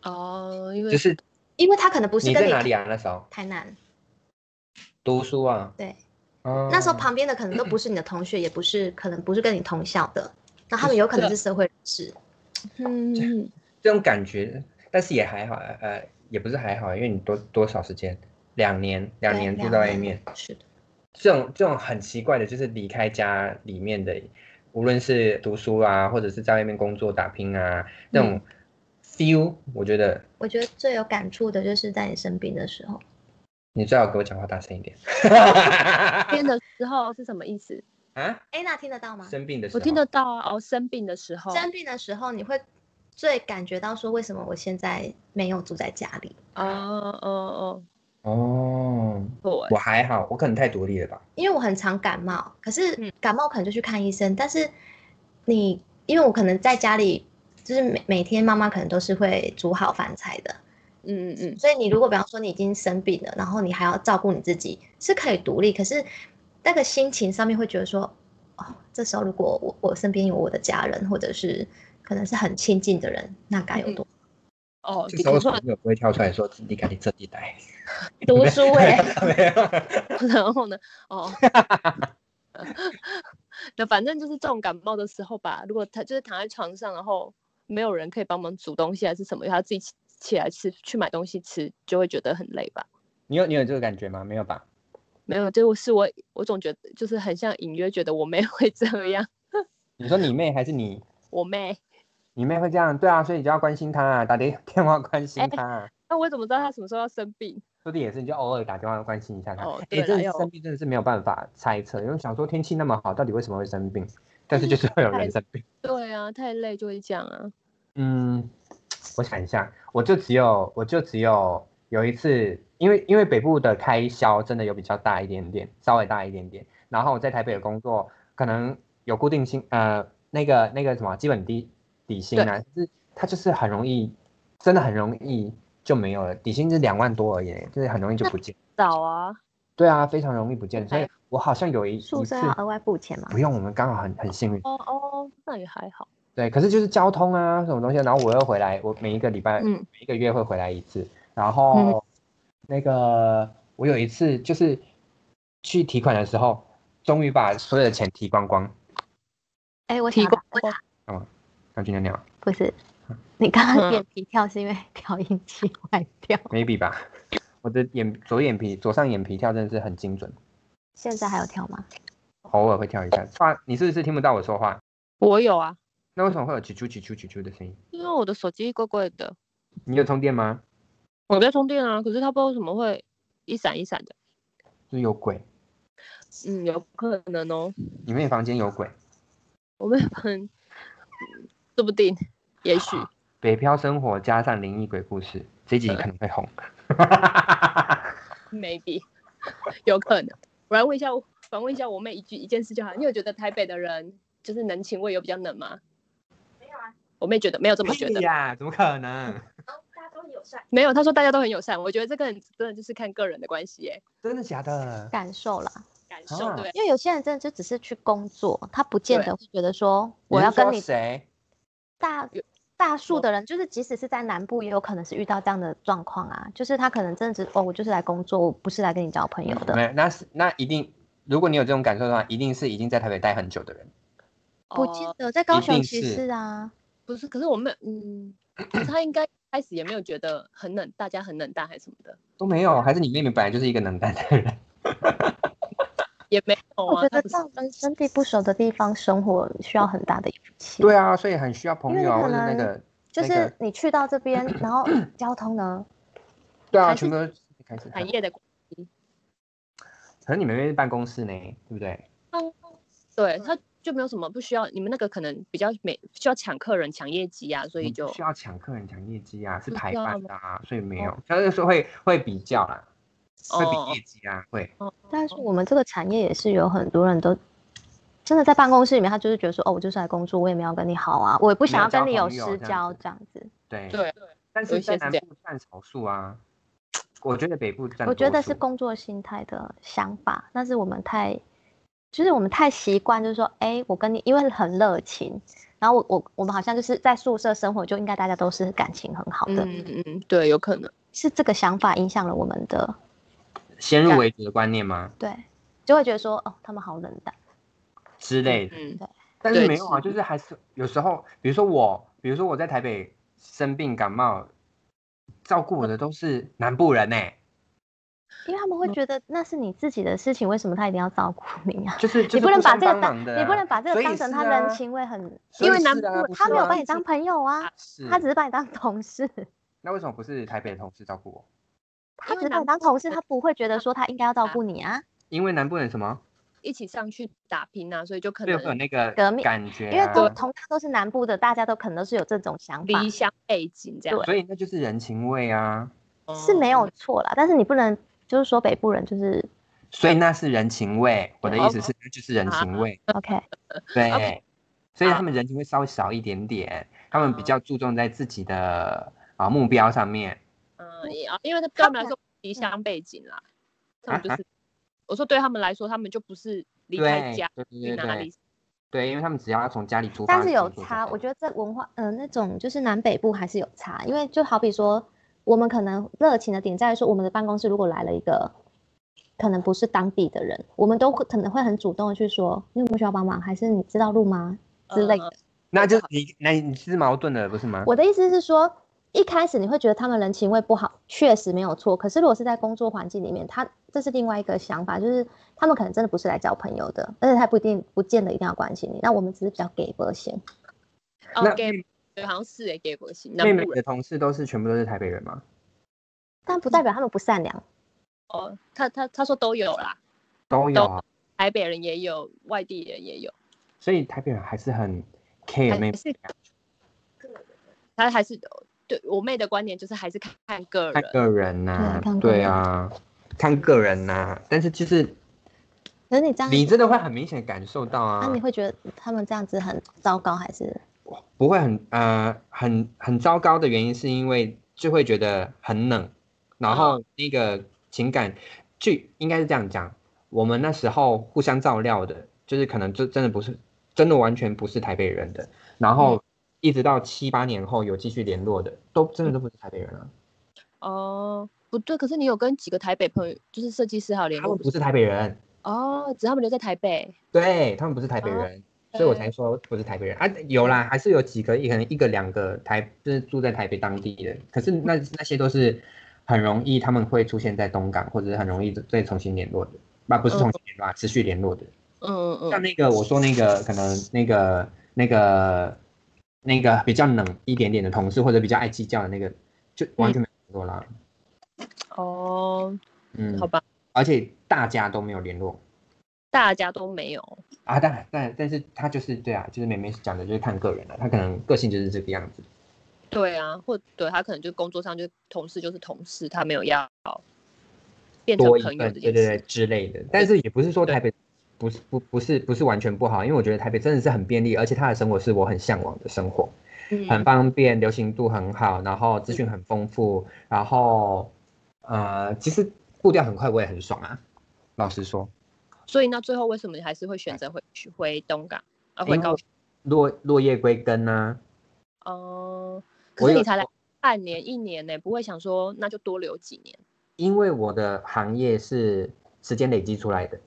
B: 哦，因为
A: 就是
C: 因为他可能不是
A: 你
C: 跟
A: 在
C: 你
A: 哪里啊？那时候
C: 台南，
A: 读书啊？
C: 对，
A: 哦
C: 那时候旁边的可能都不是你的同学，也不是可能不是跟你同校的，那他们有可
A: 啊
C: 能是社会人士，
B: 嗯，
A: 这种感觉，但是也还好，呃，也不是还好，因为你多多少时间，两年，两
C: 对
A: 年住
C: 两
A: 在外
C: 年
A: 面，
C: 是的，
A: 这种这种很奇怪的，就是离开家里面的，无论是读书啊，或者是在外面工作打拼啊，那种 feel，、我觉得
C: 我觉得最有感触的就是在你生病的时候，
A: 你最好给我讲话大声一 点。
B: 听的时候是什么意思？
A: 啊，
C: 安娜听得到吗？
A: 生病的时候，
B: 我听得到啊，我生病的时候，
C: 生病的时候，你会最感觉到说，为什么我现在没有住在家里？
B: 哦哦
A: 哦，
B: 哦，对，
A: 我还好，我可能太独立了吧。
C: 因为我很常感冒，可是
B: 嗯
C: 感冒可能就去看医生，但是你因为我可能在家里，就是每每天妈妈可能都是会煮好饭菜的，
B: 嗯嗯嗯，
C: 所以你如果比方说你已经生病了，然后你还要照顾你自己，是可以独立，可是那个心情上面会觉得说，哦，这时候如果我我身边有我的家人，或者是可能是很亲近的人，那该
B: 嗯
C: 有多
B: 哦，
A: 这
B: 你
A: 时候小
B: 可说
A: 朋友不会跳出来说自己赶紧自己来。
C: 读书
B: 欸
C: 哎、
A: 没有。
B: 然后呢，哦， 那反正就是重感冒的时候吧，如果他就是躺在床上，然后没有人可以帮忙煮东西还是什么，他自己起起来吃去买东西吃，就会觉得很累吧。
A: 你有你有这个感觉吗？没有吧？
B: 没有，就是我，我总觉得就是很像隐约觉得我妹 会这样，
A: 你说你妹还是你？
B: 我妹，
A: 你妹会这样，对啊，所以你就要关心她啊，打电 电话关
B: 哎
A: 心她啊。
B: 那我怎么知道她什么时候要生病？
A: 说的也是，你就偶尔打电话关心一下她。
B: 哦
A: 哎、
B: 对啦
A: 真的
B: 要
A: 生病真的是没有办法猜测，因为想说天气那么好，到底为什么会生病？但
B: 嗯
A: 是就是会有人生病。
B: 对啊，太累就会这样啊。
A: 嗯，我想一下，我就只有我就只有有一次，因为因为北部的开销真的有比较大一点点，稍微大一点点。然后我在台北的工作可能有固定薪，呃，那个那个什么基本底底薪啊，就是它就是很容易，真的很容易就没有了。底薪是两万多而已，就是很容易就不见。
B: 早啊，
A: 对啊，非常容易不见，所
B: 还
A: 以
B: 有
A: 我好像有一一
C: 宿
A: 次
C: 舍要额外付钱吗
A: 不？用，我们刚好很很幸运。
B: 哦哦，那也还好。
A: 对，可是就是交通啊什么东西，然后我又回来，我每一个礼拜、
B: 嗯
A: 每一个月会回来一次。然后那个我有一次就是去提款的时候，终于把所有的钱提光光，
C: 哎、我
B: 提
C: 想
B: 供
C: 到我
A: 想去尿尿
C: 不是， 你刚刚
B: 嗯
C: 眼皮跳是因为 调音器坏掉，
A: ，maybe 吧。我的眼左眼皮左上眼皮跳真的是很精准，
C: 现在还有跳吗？
A: 偶尔会跳一下。哇，你是不是听不到我说话？
B: 我有啊，
A: 那为什么会有啾啾啾啾啾啾的声音？
B: 因为我的手机怪怪的，
A: 你有充电吗？
B: 我在充电啊，可是它不知道为什么会一闪一闪的。
A: 就是有鬼，
B: 嗯，有可能哦，
A: 你们房间有鬼。
B: 我们很，说不定，也许
A: 北漂生活加上灵异鬼故事，这集可能会红。
B: maybe 有可能。我来问一下，反问一下我妹一句一件事就好。你有觉得台北的人就是人情味有比较冷吗？没有啊，我妹觉得没有这啊么觉得
A: 屁。呀？怎么可能？
C: 大家都友善，
B: 没有，她说大家都很友善。我觉得这个很真的就是看个人的关系耶，
A: 真的假的？
C: 感受啦。
B: 感受、
A: 啊
B: 对。
C: 因为有些人真的就只是去工作，他不见
B: 对
C: 得会觉得说我要
A: 是说
C: 跟你
A: 谁？
C: 大
B: 有
C: 大数
B: 我
C: 的人，就是即使是在南部，也有可能是遇到这样的状况啊。就是他可能真的只哦，我就是来工作，我不是来跟你交朋友的。
A: 没有，那是那一定，如果你有这种感受的话，一定是已经在台北待很久的人。
C: 不
B: 哦
C: 见得在高雄
A: 定
C: 其
A: 是
C: 实啊，
B: 不是，可是我妹，嗯，她应该开始也没有觉得很冷，大家很冷淡还是什么的，
A: 都没有，还是你妹妹本来就是一个冷淡的人？
B: 也没有
C: 我
B: 啊。
C: 觉
B: 她
C: 得
B: 不是
C: 到人生地不熟的地方生活需要很大的勇 气。
A: 对啊，所以很需要朋友啊，
C: 因
A: 或
C: 为
A: 者
C: 你可
A: 那
C: 能
A: 个
C: 就
A: 那个
C: 是你去到这边，然后交通呢，
A: 对啊，
B: 还是
A: 全
B: 哎
A: 部都开始。
B: 产业的关，
A: 可是你妹妹是办公室呢，对不对？
B: 对，她就没有什么不需要。你们那个可能比较没需要抢客人、抢业绩啊，所以
A: 你不
B: 就
A: 嗯需要抢客人、抢业绩啊，是
B: 不
A: 排
B: 需要
A: 班
B: 吗
A: 的啊，所以没有。但是说会会比较啦，会
B: 哦
A: 比业绩啊，会。
C: 但是我们这个产业也是有很多人都真的在办公室里面，他就是觉得说，哦，我就是来工作，我也没有跟你好啊，我也不
A: 没
C: 想
A: 有
C: 要
A: 交
C: 跟你有
A: 朋友
C: 私
A: 这样
C: 交
A: 子
C: 这样子。
A: 对，
B: 对，
A: 但
B: 有
A: 是
B: 一
A: 在
B: 些是
A: 南
B: 这样
A: 部占少数啊，我觉得北部占多数。
C: 我觉得是工作心态的想法，但是我们太，就是我们太习惯，就是说，哎，我跟你因为很热情，然后我我我们好像就是在宿舍生活就应该大家都是感情很好的，
B: 嗯嗯嗯，对，有可能。
C: 是这个想法影响了我们的，
A: 先入为主的观念吗
C: 对，就会觉得说，哦，他们好冷淡，
A: 之类的？
B: 嗯，
A: 但是
B: 对
A: 没有啊，
B: 是
A: 就是还是有时候，比如说我，比如说我在台北生病感冒，照顾我的都是南部人呢、欸
C: 因为他们
A: 嗯
C: 会觉得那是你自己的事情，为什么他一定要照顾你啊？
A: 就是就是
C: 你不能把这个
A: 互相帮忙
C: 当，
A: 的啊、
C: 你不能把这
A: 所
C: 个
A: 以
C: 当成
A: 是
C: 他
A: 啊
C: 人情味很，
A: 所以
B: 因为
A: 是
B: 南部
A: 啊不
C: 他
A: 是嗯
C: 没有
A: 吗
C: 把你当朋友啊，
A: 是
C: 他只是把你当同 事，
A: 那为什么不是台北的同事照顾我？
C: 他
B: 因为
C: 只是把你
B: 南
C: 当同事，
B: 部
C: 他不会觉得说他应该要照顾你啊。
A: 因为南部人什么
B: 一起上去打拼啊，所以就可
A: 会有会有
B: 能
A: 那个
C: 革命
A: 感觉、啊，
C: 因为都同他都是南部的，大家都可能都是有这种想法
B: 离，乡背景这样
A: 所以那就是人情味啊，
C: 是没
A: 哦
C: 有错啦。但是你不能就是说北部人就是
A: 所以那是人情味。我的意思是，那就是人情味。
C: OK，
A: 对，所以他们人情会稍微少一点点，他们
C: 哦
A: 比较注重在自己的啊目标上面。
B: 嗯，也啊因为他对
C: 他
B: 他们来
C: 本
B: 说离乡背景啦，他
A: 啊
B: 们就是我说对他们来说，他们就不是离
A: 对，
B: 开家
A: 对
B: 去
A: 对对
B: 哪
A: 对
B: 里，
A: 对，因为他们只要从家里出发，
C: 但是有
A: 工作就
C: 差，
A: 好
C: 我觉得这文化，嗯、那种就是南北部还是有差，因为就好比说，我们可能热情的点在于说，我们的办公室如果来了一个可能不是当地的人，我们都会可能会很主动的去说，你有没有需要帮忙，还是你知道路吗之类的。
A: 那就是你那你是矛盾的，不是吗？
C: 我的意思是说，一开始你会觉得他们人情味不好，确实没有错。可是如果是在工作环境里面，他这是另外一个想法，就是他们可能真的不是来交朋友的，而且他不一定不见得一定要关心你。那我们只是比较给波型。
A: 那
B: 哦给对，好像是诶，给国行南
A: 妹妹
B: 部人
A: 的同事都是全部都是台北人吗？
C: 但不代表他们不善良。
B: 哦，他他他说都有啦，
A: 都有啊，
B: 台北人也有，外地人也有，
A: 所以台北人还是很 care 妹
B: 还
A: 妹
B: 是他还是对我妹的观点就是还是看看个
A: 看
B: 人，
A: 个人呐、
C: 对看个人
A: 对啊，看个人呐、但是就是
C: 可是你这样，
A: 你真的会很明显感受到
C: 那、
A: 啊
C: 啊你，会觉得他们这样子很糟糕，还是
A: 不会很呃很很糟糕的原因是因为就会觉得很冷，然后那个情感就应该是这样讲，我们那时候互相照料的，就是可能就真的不是真的完全不是台北人的，然后一直到七八年后有继续联络的，都真的都不是台北人啊，
B: 哦，不对，可是你有跟几个台北朋友，就是设计师还有联
A: 他
B: 络
A: 们
B: 不
A: 不
B: 是？
A: 是台北人。
B: 哦，只是他们留在台北，
A: 对他们不是台北
B: 哦
A: 人，所以我才说不是台北人啊。有啦，还是有几个，可能一个两个台，就是住在台北当地的。可是那那些都是很容易，他们会出现在东港，或者是很容易再重新联络的，啊，不是重新联络，啊，持续联络的。
B: 嗯嗯
A: 像
B: 嗯，
A: 那个我说那个可能那个那个那个比较冷一点点的同事，或者比较爱计较的那个，就完全没有联络啦。
B: 哦，
A: 嗯，
B: 好吧，
A: 而且大家都没有联络。
B: 大家都没有，
A: 啊，但但但是他就是对啊，就是妹妹讲的，就是看个人了、他可能个性就是这个样子。
B: 对啊，或对他可能就工作上就同事就是同事，他没有要变成
A: 多一
B: 朋
A: 份，
B: 友这
A: 对对
B: 件
A: 对
B: 事。
A: 之类的。但是也不是说台北不是不不是不是完全不好，因为我觉得台北真的是很便利，而且它的生活是我很向往的生活，很
B: 嗯，
A: 方便，流行度很好，然后资讯很丰富，然后呃，其实步调很快，我也很爽啊。老实说，
B: 所以那最后为什么你还是会选择回去回东港啊？回
A: 因为
B: 高雄？
A: 落落叶归根啊呢、
B: 哦、
A: 我
B: 可是
A: 有
B: 你才来半年一年呢、不会想说那就多留几年？
A: 因为我的行业是时间累积出来的，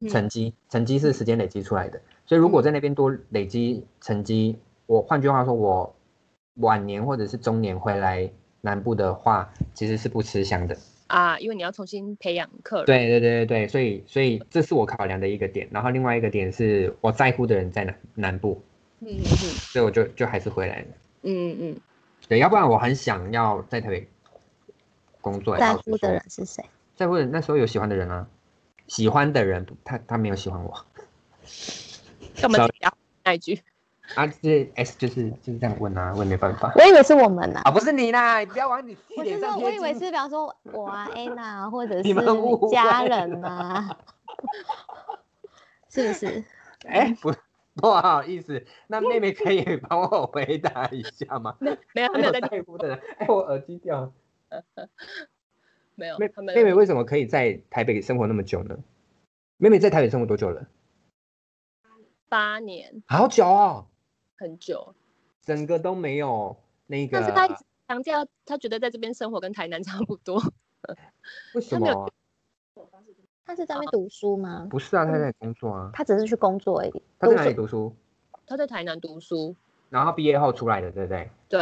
B: 嗯
A: 成绩，成绩是时间累积出来的，所以如
C: 嗯
A: 果在那边多累积成绩，我换句话说，我晚年或者是中年回来南部的话，其实是不吃香的。
B: 啊，因为你要重新培养客人。
A: 对对对对对，所以所以这是我考量的一个点，然后另外一个点是我在乎的人在南南部，
B: 嗯嗯
A: 所以我就就还是回来了。
B: 嗯嗯，
A: 对，要不然我很想要在台北工作。
C: 在
A: 老实
C: 乎
A: 说
C: 的人是谁？
A: 在乎的人那时候有喜欢的人啊，喜欢的人不他他没有喜欢我。
B: 嗯干嘛
A: Sorry
B: 自己要那一句？
A: 啊，这 S 就是就是这样问啊，我也没办法
C: 我以为是我们呐、
A: 啊，不是你啦，你不要往你自己
C: 我就
A: 脸
C: 是
A: 上
C: 我
A: 贴
C: 以为是，
A: 金。
C: 比方说我啊 Anna 或者是
A: 你们误会
C: 家 人呐、是不是？
A: 哎，不不好意思，那妹妹可以帮我回答一下吗？
B: 没有，他
A: 没有
B: 没有在听，
A: 在乎的人，哎，我耳机掉了。
B: 没有
A: 妹，
B: 他
A: 妹妹
B: 们
A: 为什么可以在台北生活那么久呢？妹妹在台北生活多久了？
B: 八年
A: 好久哦，
B: 很久，整
A: 整个都没有那个
B: 但是他一直强调他觉得在这边生活跟台南差 不多。
A: 为什
B: 他没有
A: 么啊？
C: 他是在那边读书吗？
A: 不是啊，她在工作啊，
C: 他只是去工作而已。
A: 她在
C: 读
A: 哪里
C: 书
A: 读书？
B: 他在台南读书，
A: 然后毕业后出来的，对不对？
B: 对，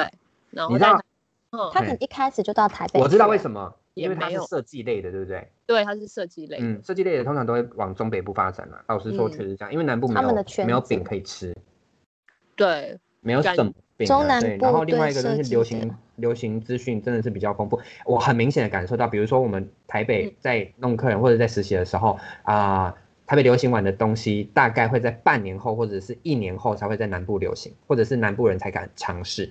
B: 然
A: 你
B: 后
A: 知道
B: 在，嗯，
D: 他可能一开始就到台北，
A: 我知道为什么，
B: 也
A: 因为它
B: 没
A: 是
B: 有
A: 设计类的，对不对？
B: 对，他是设计类的，
A: 嗯，设计类的通常都会往中北部发展了。老实说，
B: 嗯
A: 确实这样，因为南部没
D: 他们的
A: 有
D: 圈
A: 没有
D: 子
A: 饼可以吃，
B: 对，
A: 没有
B: 感
A: 什么饼啊。
D: 中南
A: 对，
D: 部
A: 然后另
D: 对
A: 外一个东
D: 设
A: 西，
D: 计
A: 流
D: 的
A: 行流行资讯真的是比较丰富。我很明显的感受到，比如说我们台北
B: 嗯
A: 在弄客人或者在实习的时候啊、台北流行完的东西，大概会在半年后或者是一年后才会在南部流行，或者是南部人才敢尝试。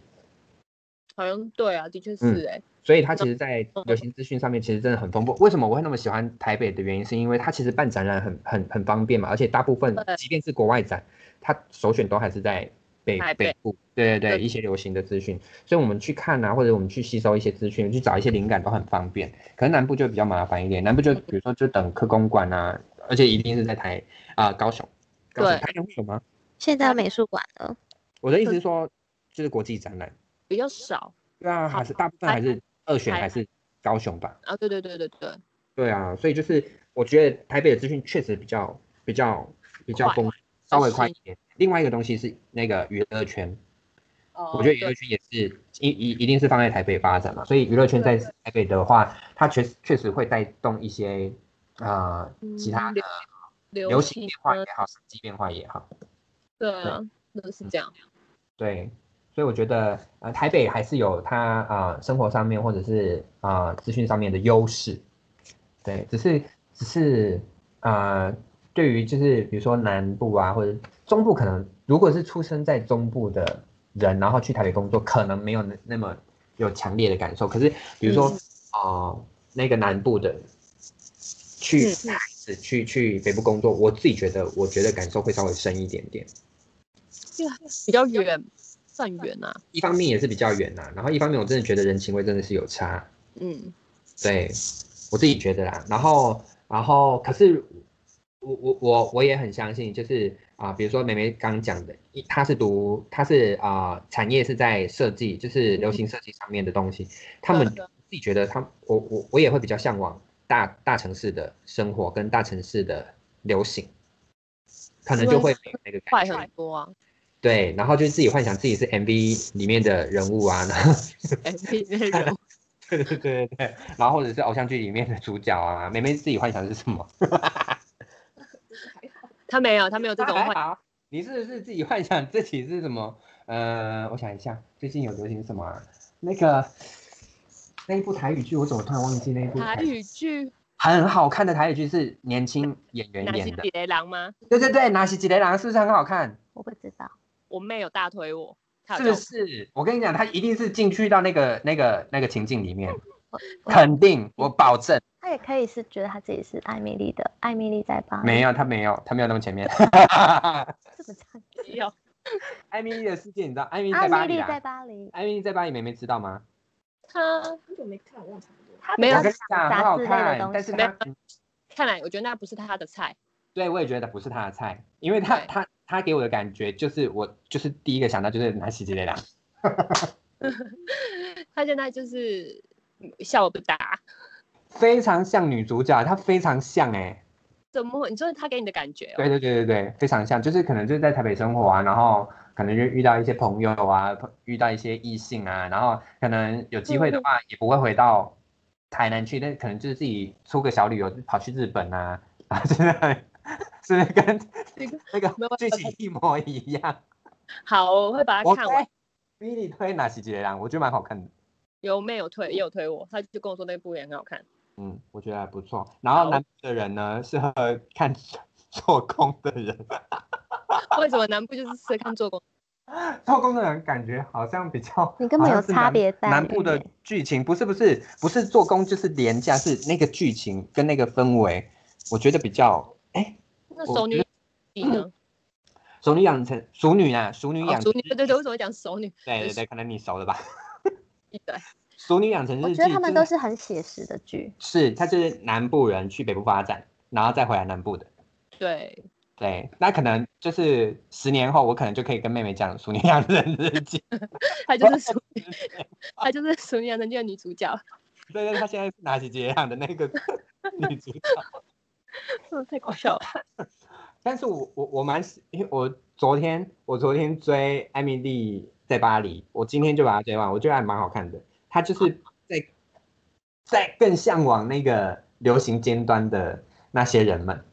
B: 好像对啊，的确是
A: 嗯
B: 哎、
A: 所以它其实，在流行资讯上面其实真的很丰富。为什么我会那么喜欢台北的原因，是因为它其实办展览很很很方便嘛，而且大部分
B: 对
A: 即便是国外展，它首选都还是在北
B: 台北
A: 北部。对对对，
B: 对
A: 一些流行的资讯，所以我们去看啊，或者我们去吸收一些资讯，去找一些灵感都很方便。可能南部就比较麻烦一点，南部就比如说就等科公馆啊，而且一定是在台啊、高雄，高雄
B: 对
A: 台南会有吗？
D: 现在美术馆了，
A: 我的意思是说，就是国际展览，
B: 比较少
A: 对啊，
B: 哦
A: 还是大部分还是二选还是高雄吧。
B: 啊，对对对对对，
A: 对啊，所以就是我觉得台北的资讯确实比较比较比较
B: 快
A: 丰富，稍微
B: 是
A: 快一点。另外一个东西是那个娱乐圈，
B: 哦
A: 我觉得娱乐圈也是一一一定是放在台北发展嘛，所以娱乐圈在
B: 对
A: 台北的话，它确实确实会带动一些呃其
C: 嗯
A: 他的
B: 哦流嗯
A: 流行变化
B: 呢
A: 也好，手机变化也好，
B: 对啊，那
A: 嗯
B: 是这样，
A: 对。所以我觉得，呃，台北还是有它啊、呃生活上面或者是啊、呃资讯上面的优势，对，只是只是呃，对于就是比如说南部啊，或者中部，可能如果是出生在中部的人，然后去台北工作，可能没有那那么有强烈的感受。可是比如说啊、呃那个南部的去
B: 嗯嗯
A: 是去去北部工作，我自己觉得，我觉得感受会稍微深一点点。
B: 比较远，算远啊，
A: 一方面也是比较远呐、啊然后一方面我真的觉得人情味真的是有差。
B: 嗯，
A: 对我自己觉得啦。然后，然后，可是我我我我也很相信，就是啊、比如说梅梅刚讲的，一她是读她是啊、产业是在设计，就是流行设计上面的东西，他们
B: 嗯对啊对
A: 自己觉得他我我我也会比较向往大大城市的生活跟大城市的流行，可能
B: 因
A: 就会
B: 为
A: 没有那个
B: 快
A: 感觉
B: 很。多 啊，
A: 对，然后就自己幻想自己是 MV 里面的人物啊，然后
B: 哎，里面的人
A: 对对对对对，然后或者是偶像剧里面的主角啊，梅梅自己幻想是什么？
B: 他没有，他没有这种
A: 还
B: 坏，
A: 好，你是不是自己幻想自己是什么？呃，我想一下，最近有流行什么、啊？那个那一部台语剧，我怎么突然忘记那一部
B: 台语剧
A: 很好看的台语剧是年轻演员
B: 南
A: 演
B: 极
A: 的
B: 比，雷狼吗？
A: 对对对，拿西吉雷郎是不是很好看？
D: 我不知道，
B: 我妹有大推我，她
A: 是
B: 有
A: 不
B: 叫
A: 是？我跟你讲，他一定是进去到那个那个那个情境里面，
D: 我
A: 肯定，我保证。
D: 他也可以是觉得他自己是艾米丽的，艾米丽在巴黎，
A: 没有，他没有，他没有那么前面。
D: 是不是这样
B: 我没有，
A: 艾米丽的世界，你知道艾米丽在
D: 艾
A: 巴
D: 米
A: 黎
D: 丽在
A: 啊？
D: 巴黎，
A: 艾米丽在巴黎，妹妹知道吗？
B: 她
E: 很久没看，我忘了差不多。
D: 他
B: 没有
A: 我跟你讲，很
D: 杂
A: 好
D: 志类的
A: 看，但
D: 东
A: 是
D: 西，啊
A: 她，嗯
B: 看来我觉得那不是她的菜，
A: 对我也觉得不是她的菜，因为她
B: 对
A: 她她给我的感觉就是我就是第一个想到就是南希吉雷拉，
B: 她现在就是嗯笑我不打，
A: 非常像女主角，她非常像哎、
B: 怎么会？你说她给你的感觉哦？
A: 对对对对对，非常像，就是可能就是在台北生活啊，然后可能就遇到一些朋友啊，朋遇到一些异性啊，然后可能有机
B: 嗯
A: 会的话也不会回到台南去，但可能就是自己出个小旅游，跑去日本啊，啊，现在是不是跟
B: 这个
A: 那个
B: 没有
A: 剧情一模一 样？
B: 好，我会把它
A: 我哎
B: 看完
A: 推。比你推哪几集的我觉得蛮好看的，
B: 有妹有推，也有推我，她就跟我说那部也很好看。
A: 嗯，我觉得还不错。然后
B: 好
A: 南部的人呢，适合 看做工的人。
B: 为什么南部就是适合看做工？
A: 做工的人感觉好像比较，
D: 你根本有
A: 好像是
D: 差
A: 南
D: 别待遇
A: 南部的剧情不是不是不是做工就是廉价，是那个剧情跟那个氛围，我觉得比较哎，
B: 那
A: 我
B: 熟女
A: 觉
B: 你呢？
A: 熟女养成熟女啊，熟女
B: 哦
A: 养
B: 熟
A: 成
B: 女
A: 日
B: 对对对，为什么会讲熟女？
A: 对对对，可能你熟了吧？
B: 对，
A: 熟女养成
D: 我
A: 日记
D: 觉得他们都
A: 就是
D: 很写实的剧，
A: 是他就是南部人去北部发展，然后再回来南部的。
B: 对，
A: 对，那可能就是十年后，我可能就可以跟妹妹讲《熟女养成日记》
B: 她就是熟女，她就是熟女养成记的女主角，
A: 对对，她现在是哪几节样的那个 女主角。
B: 太搞笑了。
A: 但是我我我蛮喜，因为我昨天我昨天追《艾米丽在巴黎》，我今天就把它追完，我觉得还蛮好看的。它就是在在更向往那个流行尖端的那些人们，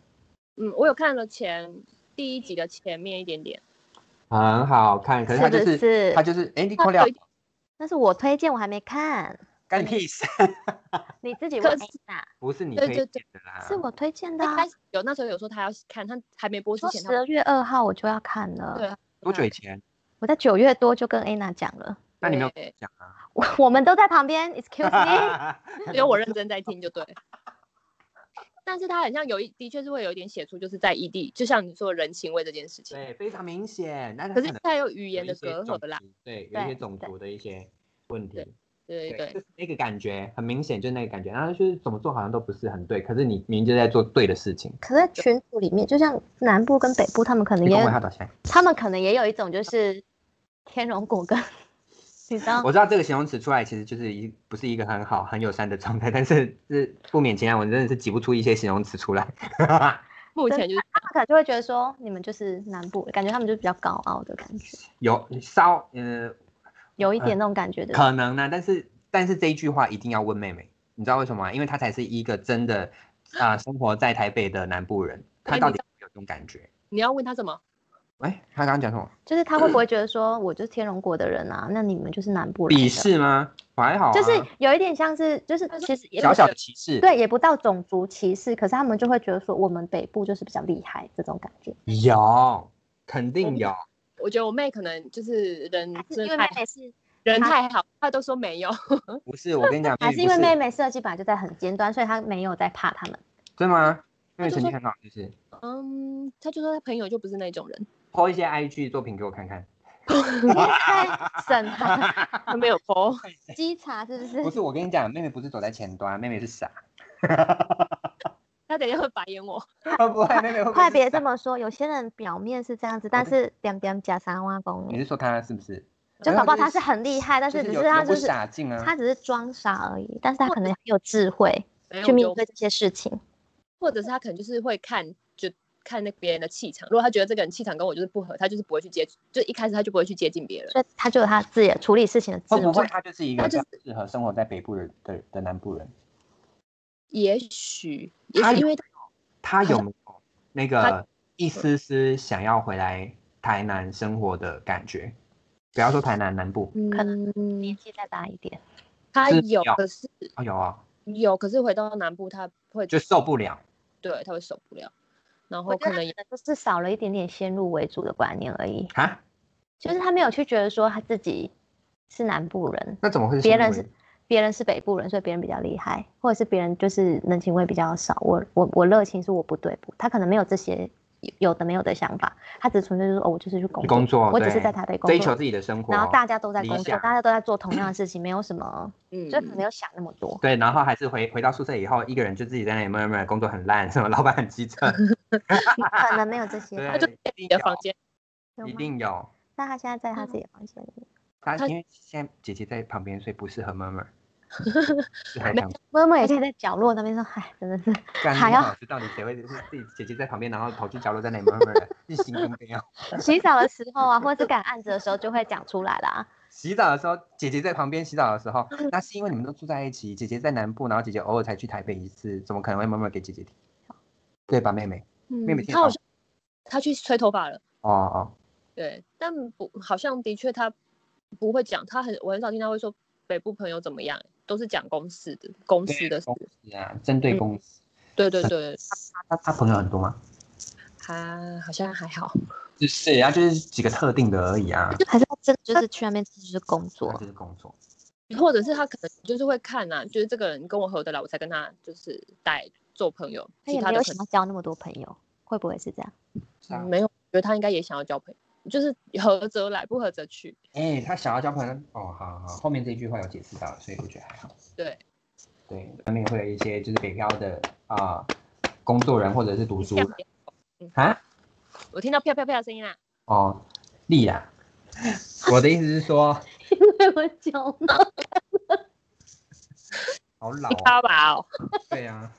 B: 嗯，我有看了前第一集的前面一点点，
A: 很好看。可是它就是
C: 不是
A: 它？就是哎，你
B: 它
A: 扣掉
B: 有一
C: 那是我推荐，我还没看，
A: 干你 屁事，
C: 你自己
B: 可
C: 问
B: 是
C: 啊，
A: 不是你
B: 对
A: 推
B: 对
A: 荐
B: 对
A: 的啦。
C: 是我推荐的
B: 他
C: 啊
B: 开。始有那时候有说他要看，他还没播之
C: 说
B: 前
C: 十
B: 他
C: 二月二号我就要看了，
B: 对啊
A: 多久以前？
C: 我在九月多就跟 Anna 讲了，
A: 那你没有
B: 对
A: 讲啊？
C: 我我们都在旁边，Excuse me，
B: 因为我认真在听就对。但是他很像有一，的确是会有一点写出就是在异地，就像你说的人情味这件事情。
A: 对，非常明显。那它
B: 可是
A: 能
B: 他有语
A: 有
B: 言
A: 一
B: 的
A: 些
B: 隔
A: 种
B: 阂啦，
A: 族，对，有一
C: 对
A: 些种
C: 对
A: 族的一些问题
B: 对。对对
A: 就
B: 对
A: 是那个感觉很明显，就是那个感觉，然后就是怎么做好像都不是很对，可是你明明就在做对的事情。
C: 可是在群组里面，就像南部跟北部，他们可能
A: 你
C: 也
A: 跟
C: 有
A: 我，他倒下，
C: 他们可能也有一种就是天龙果跟， 你知道
A: 我知道这个形容词出来其实就是一不是一个很好很友善的状态，但是是不勉强，我真的是挤不出一些形容词出来。
B: 目前就是
C: 他们可能就会觉得说你们就是南部，感觉他们就比较高傲的感觉，
A: 有稍呃
C: 有一点那种感觉的。
A: 可能呢、但是但是这一句话一定要问妹妹，你知道为什么吗？因为她才是一个真的啊、生活在台北的南部人，她
B: 哎
A: 到
B: 你
A: 底
B: 知
A: 有没有这种感觉？
B: 你要问他什么？
A: 哎、她刚刚讲什么？
C: 就是他会不会觉得说我就是天龙国的人啊？那你们就是南部人的，
A: 鄙视吗？还好、啊，
C: 就是有一点像是就是
B: 他说
C: 其实也
A: 小
C: 不
A: 小的歧视。
C: 对，也不到种族歧视，可是他们就会觉得说我们北部就是比较厉害这种感觉。
A: 有，肯定
B: 嗯
A: 有。
B: 我觉得我妹可能就是人
C: 还是
B: 真
C: 因为
B: 的
C: 妹
B: 太
C: 妹是，
B: 人
C: 她
B: 太好，她都说没有。
A: 不是，我跟你讲，
C: 嗯还
A: 妹
C: 是
A: 妹
C: 因
A: 不
C: 为
A: 是
C: 妹妹设计本来就在很尖端，所以她没有在怕 他们。
A: 真的吗？妹妹
B: 就
A: 成绩
B: 说
A: 很好，就是
B: 嗯，她就说她朋友就不是那种 人，
A: 抛一些 IG 作品给我看看。
C: 你是在审查
B: 她没 有 po。
C: 稽查是不是？
A: 不是，我跟你讲，妹妹不是走在前端，妹妹是傻。
B: 她等一下会白眼我。
A: 啊不会，妹妹会不会
C: 快
A: 是
C: 别
A: 傻
C: 这么说，有些人表面是这样子，但
A: 的
C: 是点点加三万公
A: 你是说她是不是？
C: 就
A: 没有
C: 搞不好她是很厉害，
A: 嗯
C: 但
A: 就是
C: 只
A: 有
C: 是她
A: 有不
C: 就是
A: 傻劲啊。
C: 她只是装傻而已，但是她可能很有智慧
B: 没有
C: 去面
B: 就
C: 对这些事情。
B: 或者是他可能就是会看就看那别人的气场，如果他觉得这个人气场跟我就是不合，他就是不会去接，就一开始他就不会去接近别人。
C: 所以她就有她自己的处理事情的
A: 会
C: 智
A: 不
C: 慧
A: 会。她就是一个
B: 她
A: 比
B: 就
A: 较适合生活在北部的的的南部人？
B: 也许也
A: 他
B: 许因为
A: 她有没有那
B: 她
A: 个一丝丝想要回来台南生活的感觉？不要说台南南部，
C: 可能
B: 嗯，
C: 年纪再大一点，
B: 他
A: 是
B: 有
A: 要
B: 可是
A: 哦有啊，
B: 有可是回到南部他会
A: 就受不了。
B: 对他会受不了，然后
C: 我觉
B: 可
C: 得她
B: 能
C: 可
B: 也
C: 能就是少了一点点先入为主的观念而已，
A: 啊？
C: 就是她没有去觉得说她自己是南部人，
A: 那怎么会是
C: 别
A: 先入
C: 人
A: 为
C: 是
A: 主
C: 别人是北部人，所以别人比较厉害，或者是别人就是人情味比较少，我我我热情是我不对不，他可能没有这些有有的没有的想法，他只纯粹就是哦，我就是去工
A: 去
C: 作，
A: 工作
C: 我只是
A: 对
C: 在台北工
A: 追
C: 作，
A: 求自己的生活，
C: 然后大家都在
A: 理
C: 工作，
A: 想
C: 大家都在做同样的事情，没有什么，
B: 嗯
C: 就可能没有想那么多。
A: 对，然后还是回回到宿舍以后，一个人就自己在那里闷闷，工作很烂，什么老板很机 车，
C: 可能没有这些
A: 对
C: 吧，
B: 他就变你的房间，
C: 有
A: 一
C: 吗
A: 定有。
C: 那他现在在他自己的房间里，
A: 他
B: 他
A: 因为现在姐姐在旁边，所以不适合闷闷， 适合讲
C: 默默也可以在角落那边说，嗨，真的是
A: 干
C: 还要
A: 老师到底谁会是自己姐姐在旁边，然后跑去角落在那里闷闷，日行公没有。
C: 洗澡的时候啊，或者是赶案子的时候就会讲出来 啦。
A: 洗澡的时候，姐姐在旁边洗澡的时 候，那是因为你们都住在一起，姐姐在南部，然后姐姐偶尔才去台北一次，怎么可能会闷闷给姐姐听？对吧，妹妹？妹妹
B: 嗯
A: 听
B: 他
A: 到
B: 好像他去吹头发了，
A: 哦哦，
B: 对，但不好像的确他不会讲，他很我很少听他会说北部朋友怎么样，都是讲公事的公司的事，
A: 公司啊，针
C: 嗯
A: 对公司。
B: 对对对，
A: 他他朋友很多吗？
B: 他好像还好。
A: 就是，然后就是几个特定的而已啊，
C: 还是他真的就是去那边就是工作
A: 那，就是工作。
B: 或者是他可能就是会看啊，就是这个人跟我合得来，我才跟他就是带做朋友，
C: 他
B: 其
C: 也
B: 他
C: 没
B: 的
C: 有
B: 可
C: 想要交那么多朋友，会不会是这 样？
A: 是啊
B: 能，没有，我觉得他应该也想要交朋友，就是合则来，不合则去。
A: 哎、他想要交朋友，哦，好好，后面这一句话有解释到，所以我觉得还好。
B: 对，
A: 对，难免会有一些就是北漂的啊、工作人或者是读书
B: 这
A: 人
B: 样也
A: 啊，
B: 我听到啪啪啪的声音啦，
A: 哦，丽 啊，我的意思是说，
C: 因为我脚麻，
A: 好老、
B: 你
A: 哦，
B: 卡吧哦，
A: 对啊，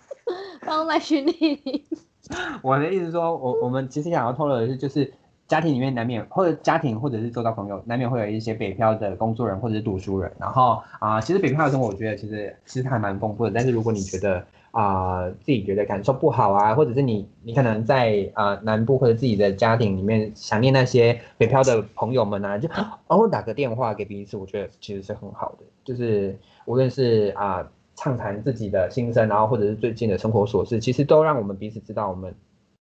C: 帮我买行李。
A: 我的意思是说，我我们其实想要透露的是，就是家庭里面难免或者家庭或者是周遭朋友难免会有一些北漂的工作人或者是读书人，然后啊、其实北漂的生活我觉得其实其实还蛮丰富的，但是如果你觉得啊、自己觉得感受不好啊，或者是你你可能在啊、南部或者自己的家庭里面想念那些北漂的朋友们啊，就偶尔打个电话给彼此，我觉得其实是很好的，就是无论是啊、畅谈自己的心声，然后或者是最近的生活琐事，其实都让我们彼此知道我们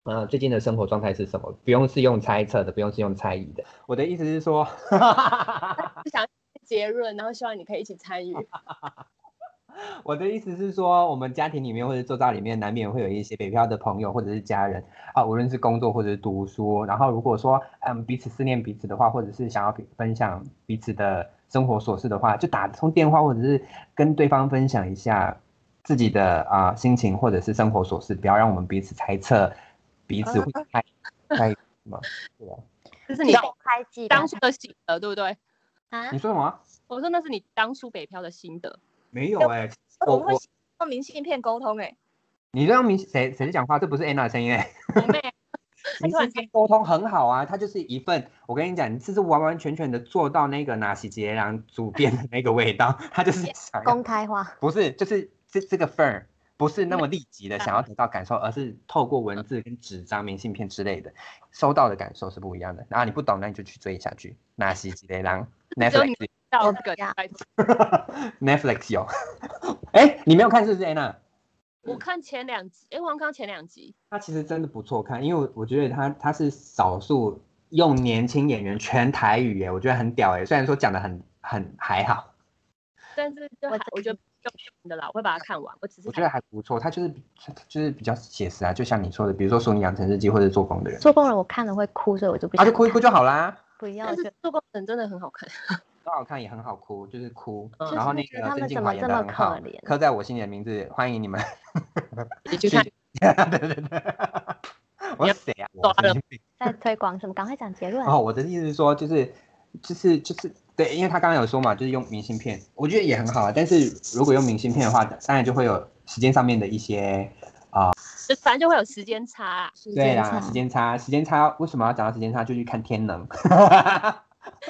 A: 呃最近的生活状态是什么，不用是用猜测的，不用是用猜疑的。我的意思是说，
B: 就想结论，然后希望你可以一起 参与。
A: 我的意思是说，我们家庭里面或者周遭里面，难免会有一些北漂的朋友或者是家人啊，无论是工作或者是读书，然后如果说嗯彼此思念彼此的话，或者是想要彼分享彼此的生活琐事的话，就打通电话或者是跟对方分享一下自己的啊、心情或者是生活琐事，不要让我们彼此猜测彼此会猜猜什么。对啊吧？
B: 这是
C: 你
B: 你
C: 开机吧
B: 当初的心得，对不对？
C: 啊
A: 你，说什么啊？
B: 我说那是你当初北漂的心得。
A: 没有哎、
F: 我
A: 我
F: 们会
A: 我
F: 用明信片沟通、欸，哎，
A: 你让明谁谁在讲话？这不是 Anna 的声音哎、
B: 我妹啊，
A: 你
B: 突然
A: 之间沟通很好啊，他就是一份，我跟你讲，你这是完完全全的做到那个纳西杰良主编的那个味道，他就是想要
C: 公 开化，
A: 不是就是这这个份儿，不是那么立即的
B: 啊
A: 想要得到感受，而是透过文字跟纸张、明信片之类的，收到的感受是不一样的。然后你不懂，那你就去追一下剧，纳西杰良 Netflix
B: 到
C: 我
B: 这个
C: 们家
B: 拜托，
A: Netflix 有， 哎、你没有看是不是 Anna？
B: 我看前两集，哎，黄康前两集，
A: 他其实真的不错看，因为我我觉得他他是少数用年轻演员全台语耶，我觉得很屌哎。虽然说讲的很很还好，
B: 但是就
C: 我
B: 还
C: 在
B: 我觉得不用的啦，我会把它看完。我只是
A: 我觉得还不错。他就是比就是比较写实啊，就像你说的，比如说《熟女养成日记》或者《做工的人》，
C: 做工人我看了会哭，所以我就不
A: 啊，
C: 想
A: 就哭一
C: 看
A: 哭就好啦，
C: 不要
B: 但
C: 就是
B: 做工人真的很好看，
A: 很好看也很好哭，就是哭。
B: 嗯
A: 然后那
C: 就是觉得他
A: 个曾
C: 们怎
A: 静
C: 么
A: 华演
C: 这
A: 的
C: 么
A: 很
C: 可
A: 好，
C: 怜？
A: 刻在我心里的名字，欢迎你们。
B: 你去看。
A: 对对对，我是谁啊？我
B: 抓了
A: 神经病
C: 在推广什么？赶快讲结论。
A: 哦，我的意思是说，就是就是就是对，因为他刚刚有说嘛，就是用明信片，我觉得也很好啊。但是如果用明信片的话，当然就会有时间上面的一些
B: 就反正就会有时间差啊。
C: 时
A: 对
C: 间
A: 啦，
C: 差
A: 时间差，时间差为什么要讲到时间差？就去看天能。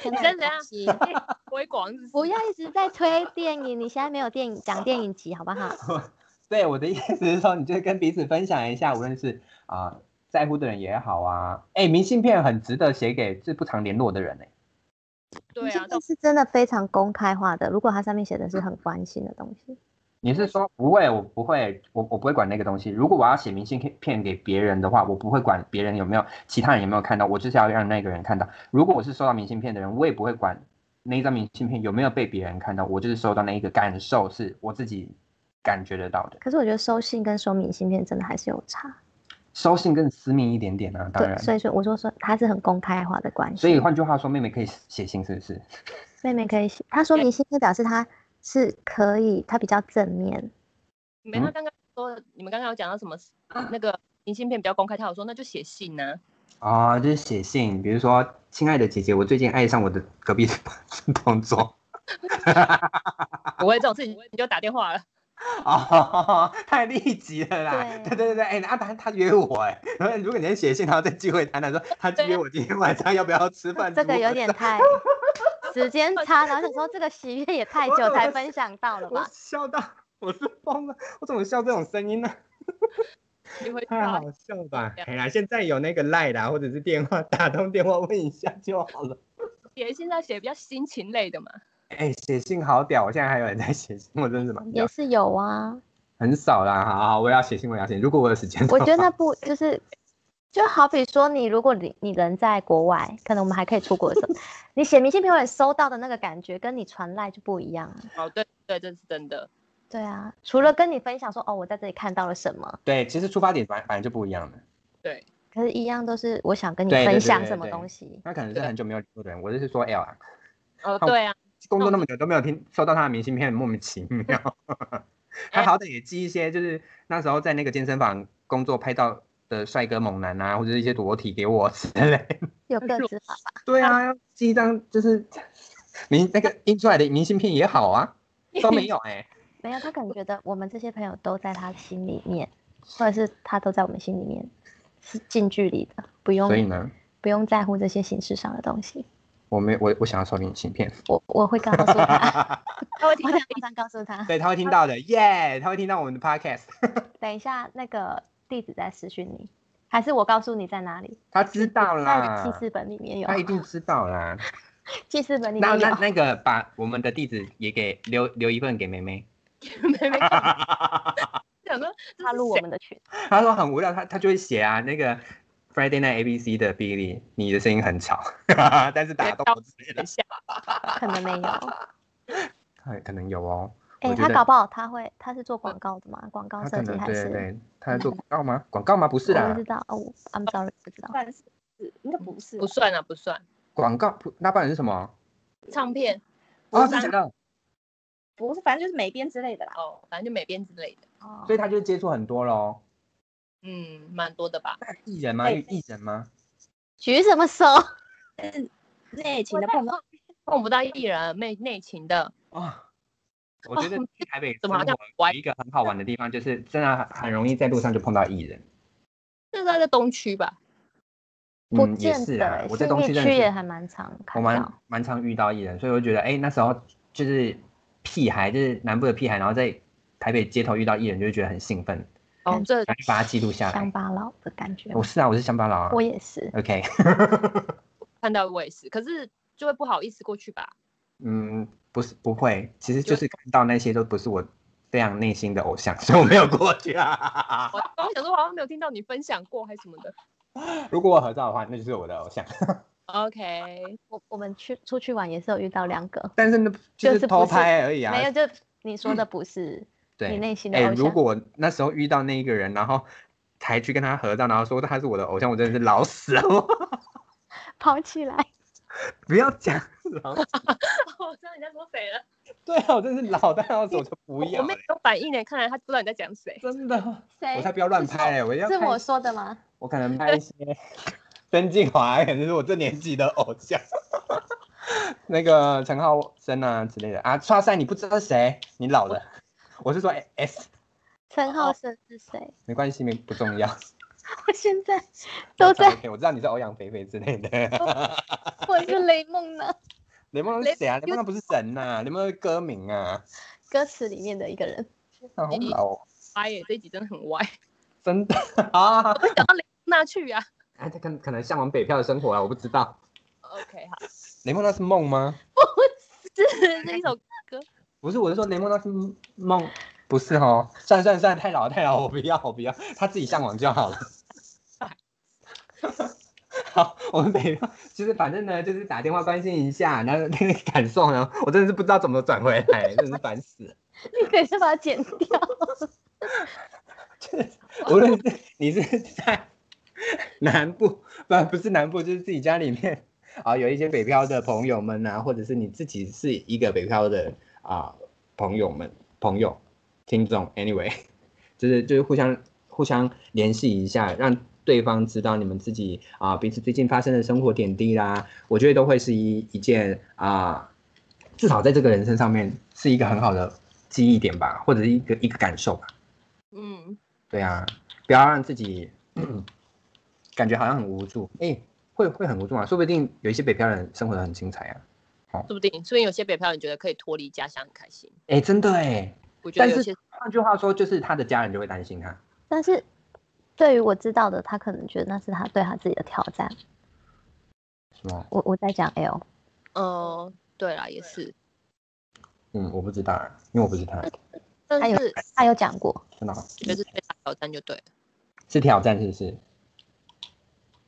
C: 天
B: 你
C: 哪
B: 现在
C: 东西
B: 哎推广是
C: 不要一直在推电影，你现在没有电影讲电影集好不好？
A: 对，我的意思是说，你就跟彼此分享一下，无论是啊、在乎的人也好啊，哎，明信片很值得写给这不常联络的人哎、
B: 对啊，
C: 这是真的非常公开化的。如果它上面写的是很关心的东西，
A: 你是说不会？我不会，我我不会管那个东西。如果我要写明信片给别人的话，我不会管别人有没有其他人有没有看到，我就是要让那个人看到。如果我是收到明信片的人，我也不会管那一张明信片有没有被别人看到，我就是收到那一个感受是我自己感觉得到的。
C: 可是我觉得收信跟收明信片真的还是有差。
A: 收信更私密一点点啊，当
C: 对，
A: 然。
C: 所以说我说说它是很公开化的关
A: 所
C: 系。
A: 以换句话说，妹妹可以写信是不是？
C: 妹妹可以写，她说
B: 对
C: 明信片表示她是可以，她比较正面。
A: 嗯
B: 你们他刚刚说的，你们刚刚有讲到什么那个明信片比较公开，他有说那就写信呢、
A: 啊、就是写信，比如说，亲爱的姐姐，我最近爱上我的隔壁的同桌。啊
B: 不会这种事情你就打电话了。
A: 哦， 太立即了啦！
C: 对
A: 对对对对，哎、阿达他约我 哎、如果你在写信，然后在聚会谈谈说他
B: 对啊
A: 约我今天晚上要不要吃饭，
C: 这个有点太时间差，然后想说这个喜悦也太久才分享到了
A: 我
C: 吧？
A: 笑到我是疯了，我怎么笑这种声音呢？
B: 你啊会
A: 太好笑了吧！
C: 啊
A: 哎呀，现在有那个赖啦，或者是电话打通电话问一下就好了。
B: 写现在写比较心情类的嘛，
A: 哎、写信好屌，我现在还有人在写信，我真的是蛮屌
C: 也，是有啊，
A: 很少啦。好好，我要写信，我要写信，如 果我有时间的话，
C: 我觉得不就是，就好比说你如果你你人在国外，可能我们还可以出国 的时候，你写明信片我也收到的那个感觉，跟你传赖就不一样啊。
B: 哦对对，这是真的。
C: 对啊，除了跟你分享说哦我在这里看到了什么，
A: 对，其实出发点反反正就不一样了。
C: 可是一样都是我想跟你
A: 对对
C: 分
A: 对
C: 享
A: 对
C: 什么
A: 对
C: 东西。
A: 那可能是很久没有联络的人，我就是说 L 啊。
B: 哦
A: 好
B: 对啊，
A: 工作那么久都没有听收到他的明信片，莫名其妙。 他好歹也寄一些，就是那时候在那个健身房工作拍到的帅哥猛男啊，或者是一些裸体给我之类。
C: 有
B: 但
C: 各
B: 是
C: 自法 吧，
A: 对啊，要寄一张就是明那个印出来的明信片也好啊，都没有哎、
C: 没有他可能觉得我们这些朋友都在他心里面，或者是他都在我们心里面，是近距离的，不用
A: 所以呢，
C: 不用在乎这些形式上的东西。
A: 我没我我想要收你芯片，
C: 我我会告诉他，
E: 他会听
C: 我
E: 到
C: 会马上告诉他。
A: 对他会听到的，耶，他会听到我们的 podcast，
C: 等一下那个地址再私讯你，还是我告诉你在哪里？
A: 他知道
C: 在记
A: 啦，
C: 事本里面有
A: 他，一定知道啦。
C: 记事本里
A: 那
C: 面
A: 那
C: 有。
A: 那个把我们的地址也给留留一份给妹妹。
B: 没没想说
C: 插入我们的群，
A: 他说很无聊，他他就会写啊，那个 Friday Night ABC 的 Billy，你的声音很吵， 但是大家都不知道
B: 等一，下，
C: 可能没 有。
A: 哎可能有哦。
C: 哎、
A: 我觉
C: 他
A: 得
C: 搞不好他会，他是做广告的嘛？广告
A: 他
C: 设
A: 可
C: 计
A: 能
C: 还
A: 对
C: 是？
A: 对对，他在做广告吗？广告吗？不是啊
C: 我
A: 啦
C: 不知，道哦我，I'm sorry，不知道。
E: 算是是应该不是吧
B: 不算啊，不算。
A: 广告不，那不然是什么？
B: 唱片
A: 哦，
B: 是
A: 真的假的？
E: 不是，反正就是美编之类的啦。
B: 哦，反正就美编之类的，
C: 哦
A: 所以他就接触很多喽。
B: 嗯，蛮多的吧。
A: 艺人吗？
E: 对
A: 有艺人吗？
C: 举什么手？
E: 内勤的碰到
B: 碰不到艺人，内内勤的，
A: 哦，我觉得
B: 哦
A: 去台北
B: 怎
A: 生
B: 么好像
A: 活有一个很好玩的地方，就是真的很容易在路上就碰到艺人。
B: 那个在东区吧？
C: 不
A: 嗯，也
C: 见
A: 是
C: 得
A: 啊
C: 欸，，
A: 我在
C: 信
A: 东
C: 义
A: 区认
C: 区
A: 识
C: 也还蛮常
A: 我
C: 看
A: 蛮
C: 到。
A: 蛮常遇到艺人，所以我就觉得，哎、那时候就是屁孩，就是南部的屁孩，然后在台北街头遇到艺人，就会觉得很兴奋，
B: 哦，这
A: 想去把它记录下
C: 乡
A: 来。
C: 巴佬的感觉吗，
A: 我是啊，我是乡巴佬啊。
C: 我也是。
A: OK，
B: 看到我也是，可是就会不好意思过去吧？
A: 嗯，不是不会，其实就是看到那些都不是我非常内心的偶像， 所以我没有过去 啊。
B: 我刚想说，我好像没有听到你分享过还是什么的。
A: 如果我合照的话，那就是我的偶像。
B: OK，
C: 我我们去出去玩也是有遇到两个，
A: 但是那就
C: 就是是
A: 偷
C: 不是
A: 拍而已啊。
C: 没有就你说的不是你
A: 对，
C: 内心的
A: 哎、
C: 偶
A: 如
C: 像。
A: 果我那时候遇到那一个人，然后还去跟他合照，然后说他是我的偶像，我真的是老死了。我
C: 跑起来，
A: 不要讲老死，
B: 我哦知道你在说谁了，
A: 对啊，我真是老到要走就不
B: 我
A: 要、
B: 没
A: 欸，
B: 有反应呢，看来他不知道你在讲谁。
A: 真的，
C: 谁
A: 我才不要乱拍、欸，我要
C: 是
A: 拍
C: 我说的吗？
A: 我可能拍一些 曾静华，可能是我这年纪的偶像， 那个陈浩生啊之类的啊，刷塞你不知道是谁，你老了，我是说 S，
C: 陈浩生是谁？
A: 没关系，没不重要，
C: 我现 在都在，
A: OK，我知道你是欧阳菲菲之类的。
C: 我是雷梦呢，
A: 雷梦龙是谁啊？雷梦龙不是神呐、雷梦龙是歌名啊，
C: 歌词里面的一个人。
A: 好老、哦，
B: 歪耶，哎这一集真的很歪，
A: 真的 啊！
B: 那去啊。
A: 哎，他可能可能向往北漂的生活啊，我不知道。
B: OK，好，
A: 雷梦那是梦吗？
B: 是 这一首歌。
A: 不是，我是说雷梦那是梦，不是哦。算了算了算了，太老了太老了，我不要我不要，他自己向往就好了。好，我们北漂就是反正呢，就是打电话关心一下，然后那个感受呢，我真的是不知道怎么转回来，真的是烦死了。
C: 你可以先把它剪掉。
A: 就是 无论是你是在南部，不不是南部，就是自己家里面啊，有一些北漂的朋友们啊，或者是你自己是一个北漂的啊朋友们、朋友、听众，anyway，就是 就是互相互相联系一下，让对方知道你们自己啊彼此最近发生的生活点滴啦，我觉得都会是一一件啊，至少在这个人生上面是一个很好的记忆点吧，或者是一个一个感受吧。
B: 嗯，
A: 对啊，不要让自己感觉好像很无助。哎、会会很无助啊，说不定有一些北漂人生活的很精彩啊。
B: 说不定，说不定有些北漂人觉得可以脱离家乡很开心。
A: 哎、真的哎。
B: 我觉
A: 但
B: 得有些
A: 是换句话说，就是他的家人就会担心他。
C: 但是对于我知道的，他可能觉得那是他对他自己的挑战。
A: 什么？
C: 我我在讲 L，
B: 嗯，对啦，也是，
A: 嗯，我不知道，啊，因为我不是他，
B: 但
C: 还有
B: 是
C: 他有讲过，
A: 真的哦
B: 觉得是最大挑战就对了。
A: 是挑战是不是？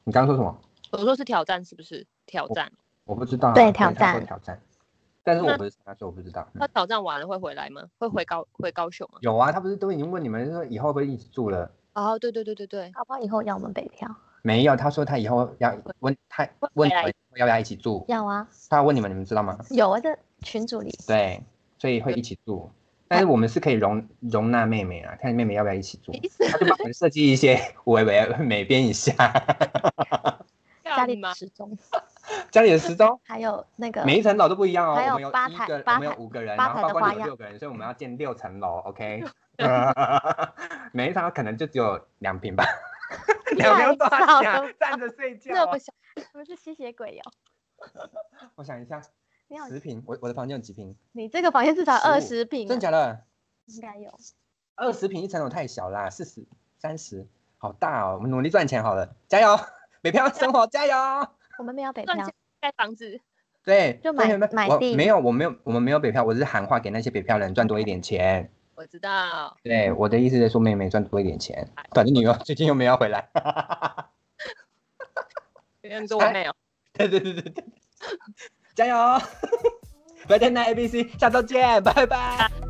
A: 你刚刚说什么？
B: 我说是挑战，是不是挑战？
A: 我不知道啊、
C: 对
A: 所以
C: 挑
A: 他说
C: 战
A: 挑战。但是我
B: 那
A: 不是他，所以我不知道。嗯
B: 他挑战完了会回来吗？会回高回高雄吗？
A: 有啊，他不是都已经问你们说以后会不会一起住了？
B: 哦，对对对对对，
C: 搞不好以后要我们北漂。
A: 没有，他说他以后要问他问你们要不要一起住，
C: 要啊，
A: 他问你们，你们知道吗？
C: 有啊，这群组里
A: 对，所以会一起住。但是我们是可以容容纳妹妹啊，看妹妹要不要一起住，她就帮我们设计一些微微美编一下
C: 家里
B: 干嘛
C: 的时钟，
A: 家里的时 钟，
C: 还有那个
A: 每一层楼都不一样哦。
C: 还有
A: 我们有
C: 吧
A: 一
C: 台
A: 个，
C: 吧
A: 我们有
C: 台
A: 五个人，
C: 吧
A: 然后
C: 台
A: 包
C: 的
A: 括
C: 花
A: 你有
C: 样
A: 六个人，所以我们要建六层楼，OK？每一层可能就只有两平吧，两
C: 太
A: 平多
C: 少
A: 少
C: 了
A: 站着睡觉
C: 六
A: 啊
C: 个，小我们是吸血鬼哟、哦
A: 我想一下，
C: 你好，
A: 十瓶，我我的房间有几瓶？
C: 你这个房间至少
A: 15
C: 二十平、
A: 真假的？
C: 应该有。
A: 二十瓶一层楼太小啦，四十、三十，好大哦！我们努力赚钱好了，加油！ 北漂生活加油！
C: 我们没有北漂
B: 赚，钱盖房子，
A: 对，
C: 就
A: 赚钱
C: 买
A: 吧
C: 买
A: 我
C: 地
A: 没有，我没有，我们没有北漂，我只是喊话给那些北漂人赚多一点钱。
B: 我知道。
A: 对，我的意思是说，妹妹赚多一点钱，反正你又最近又没有回来。哎
B: 你说我妹哦，
A: 对对对对 对，加油！白天那 A B C，下周见，拜拜。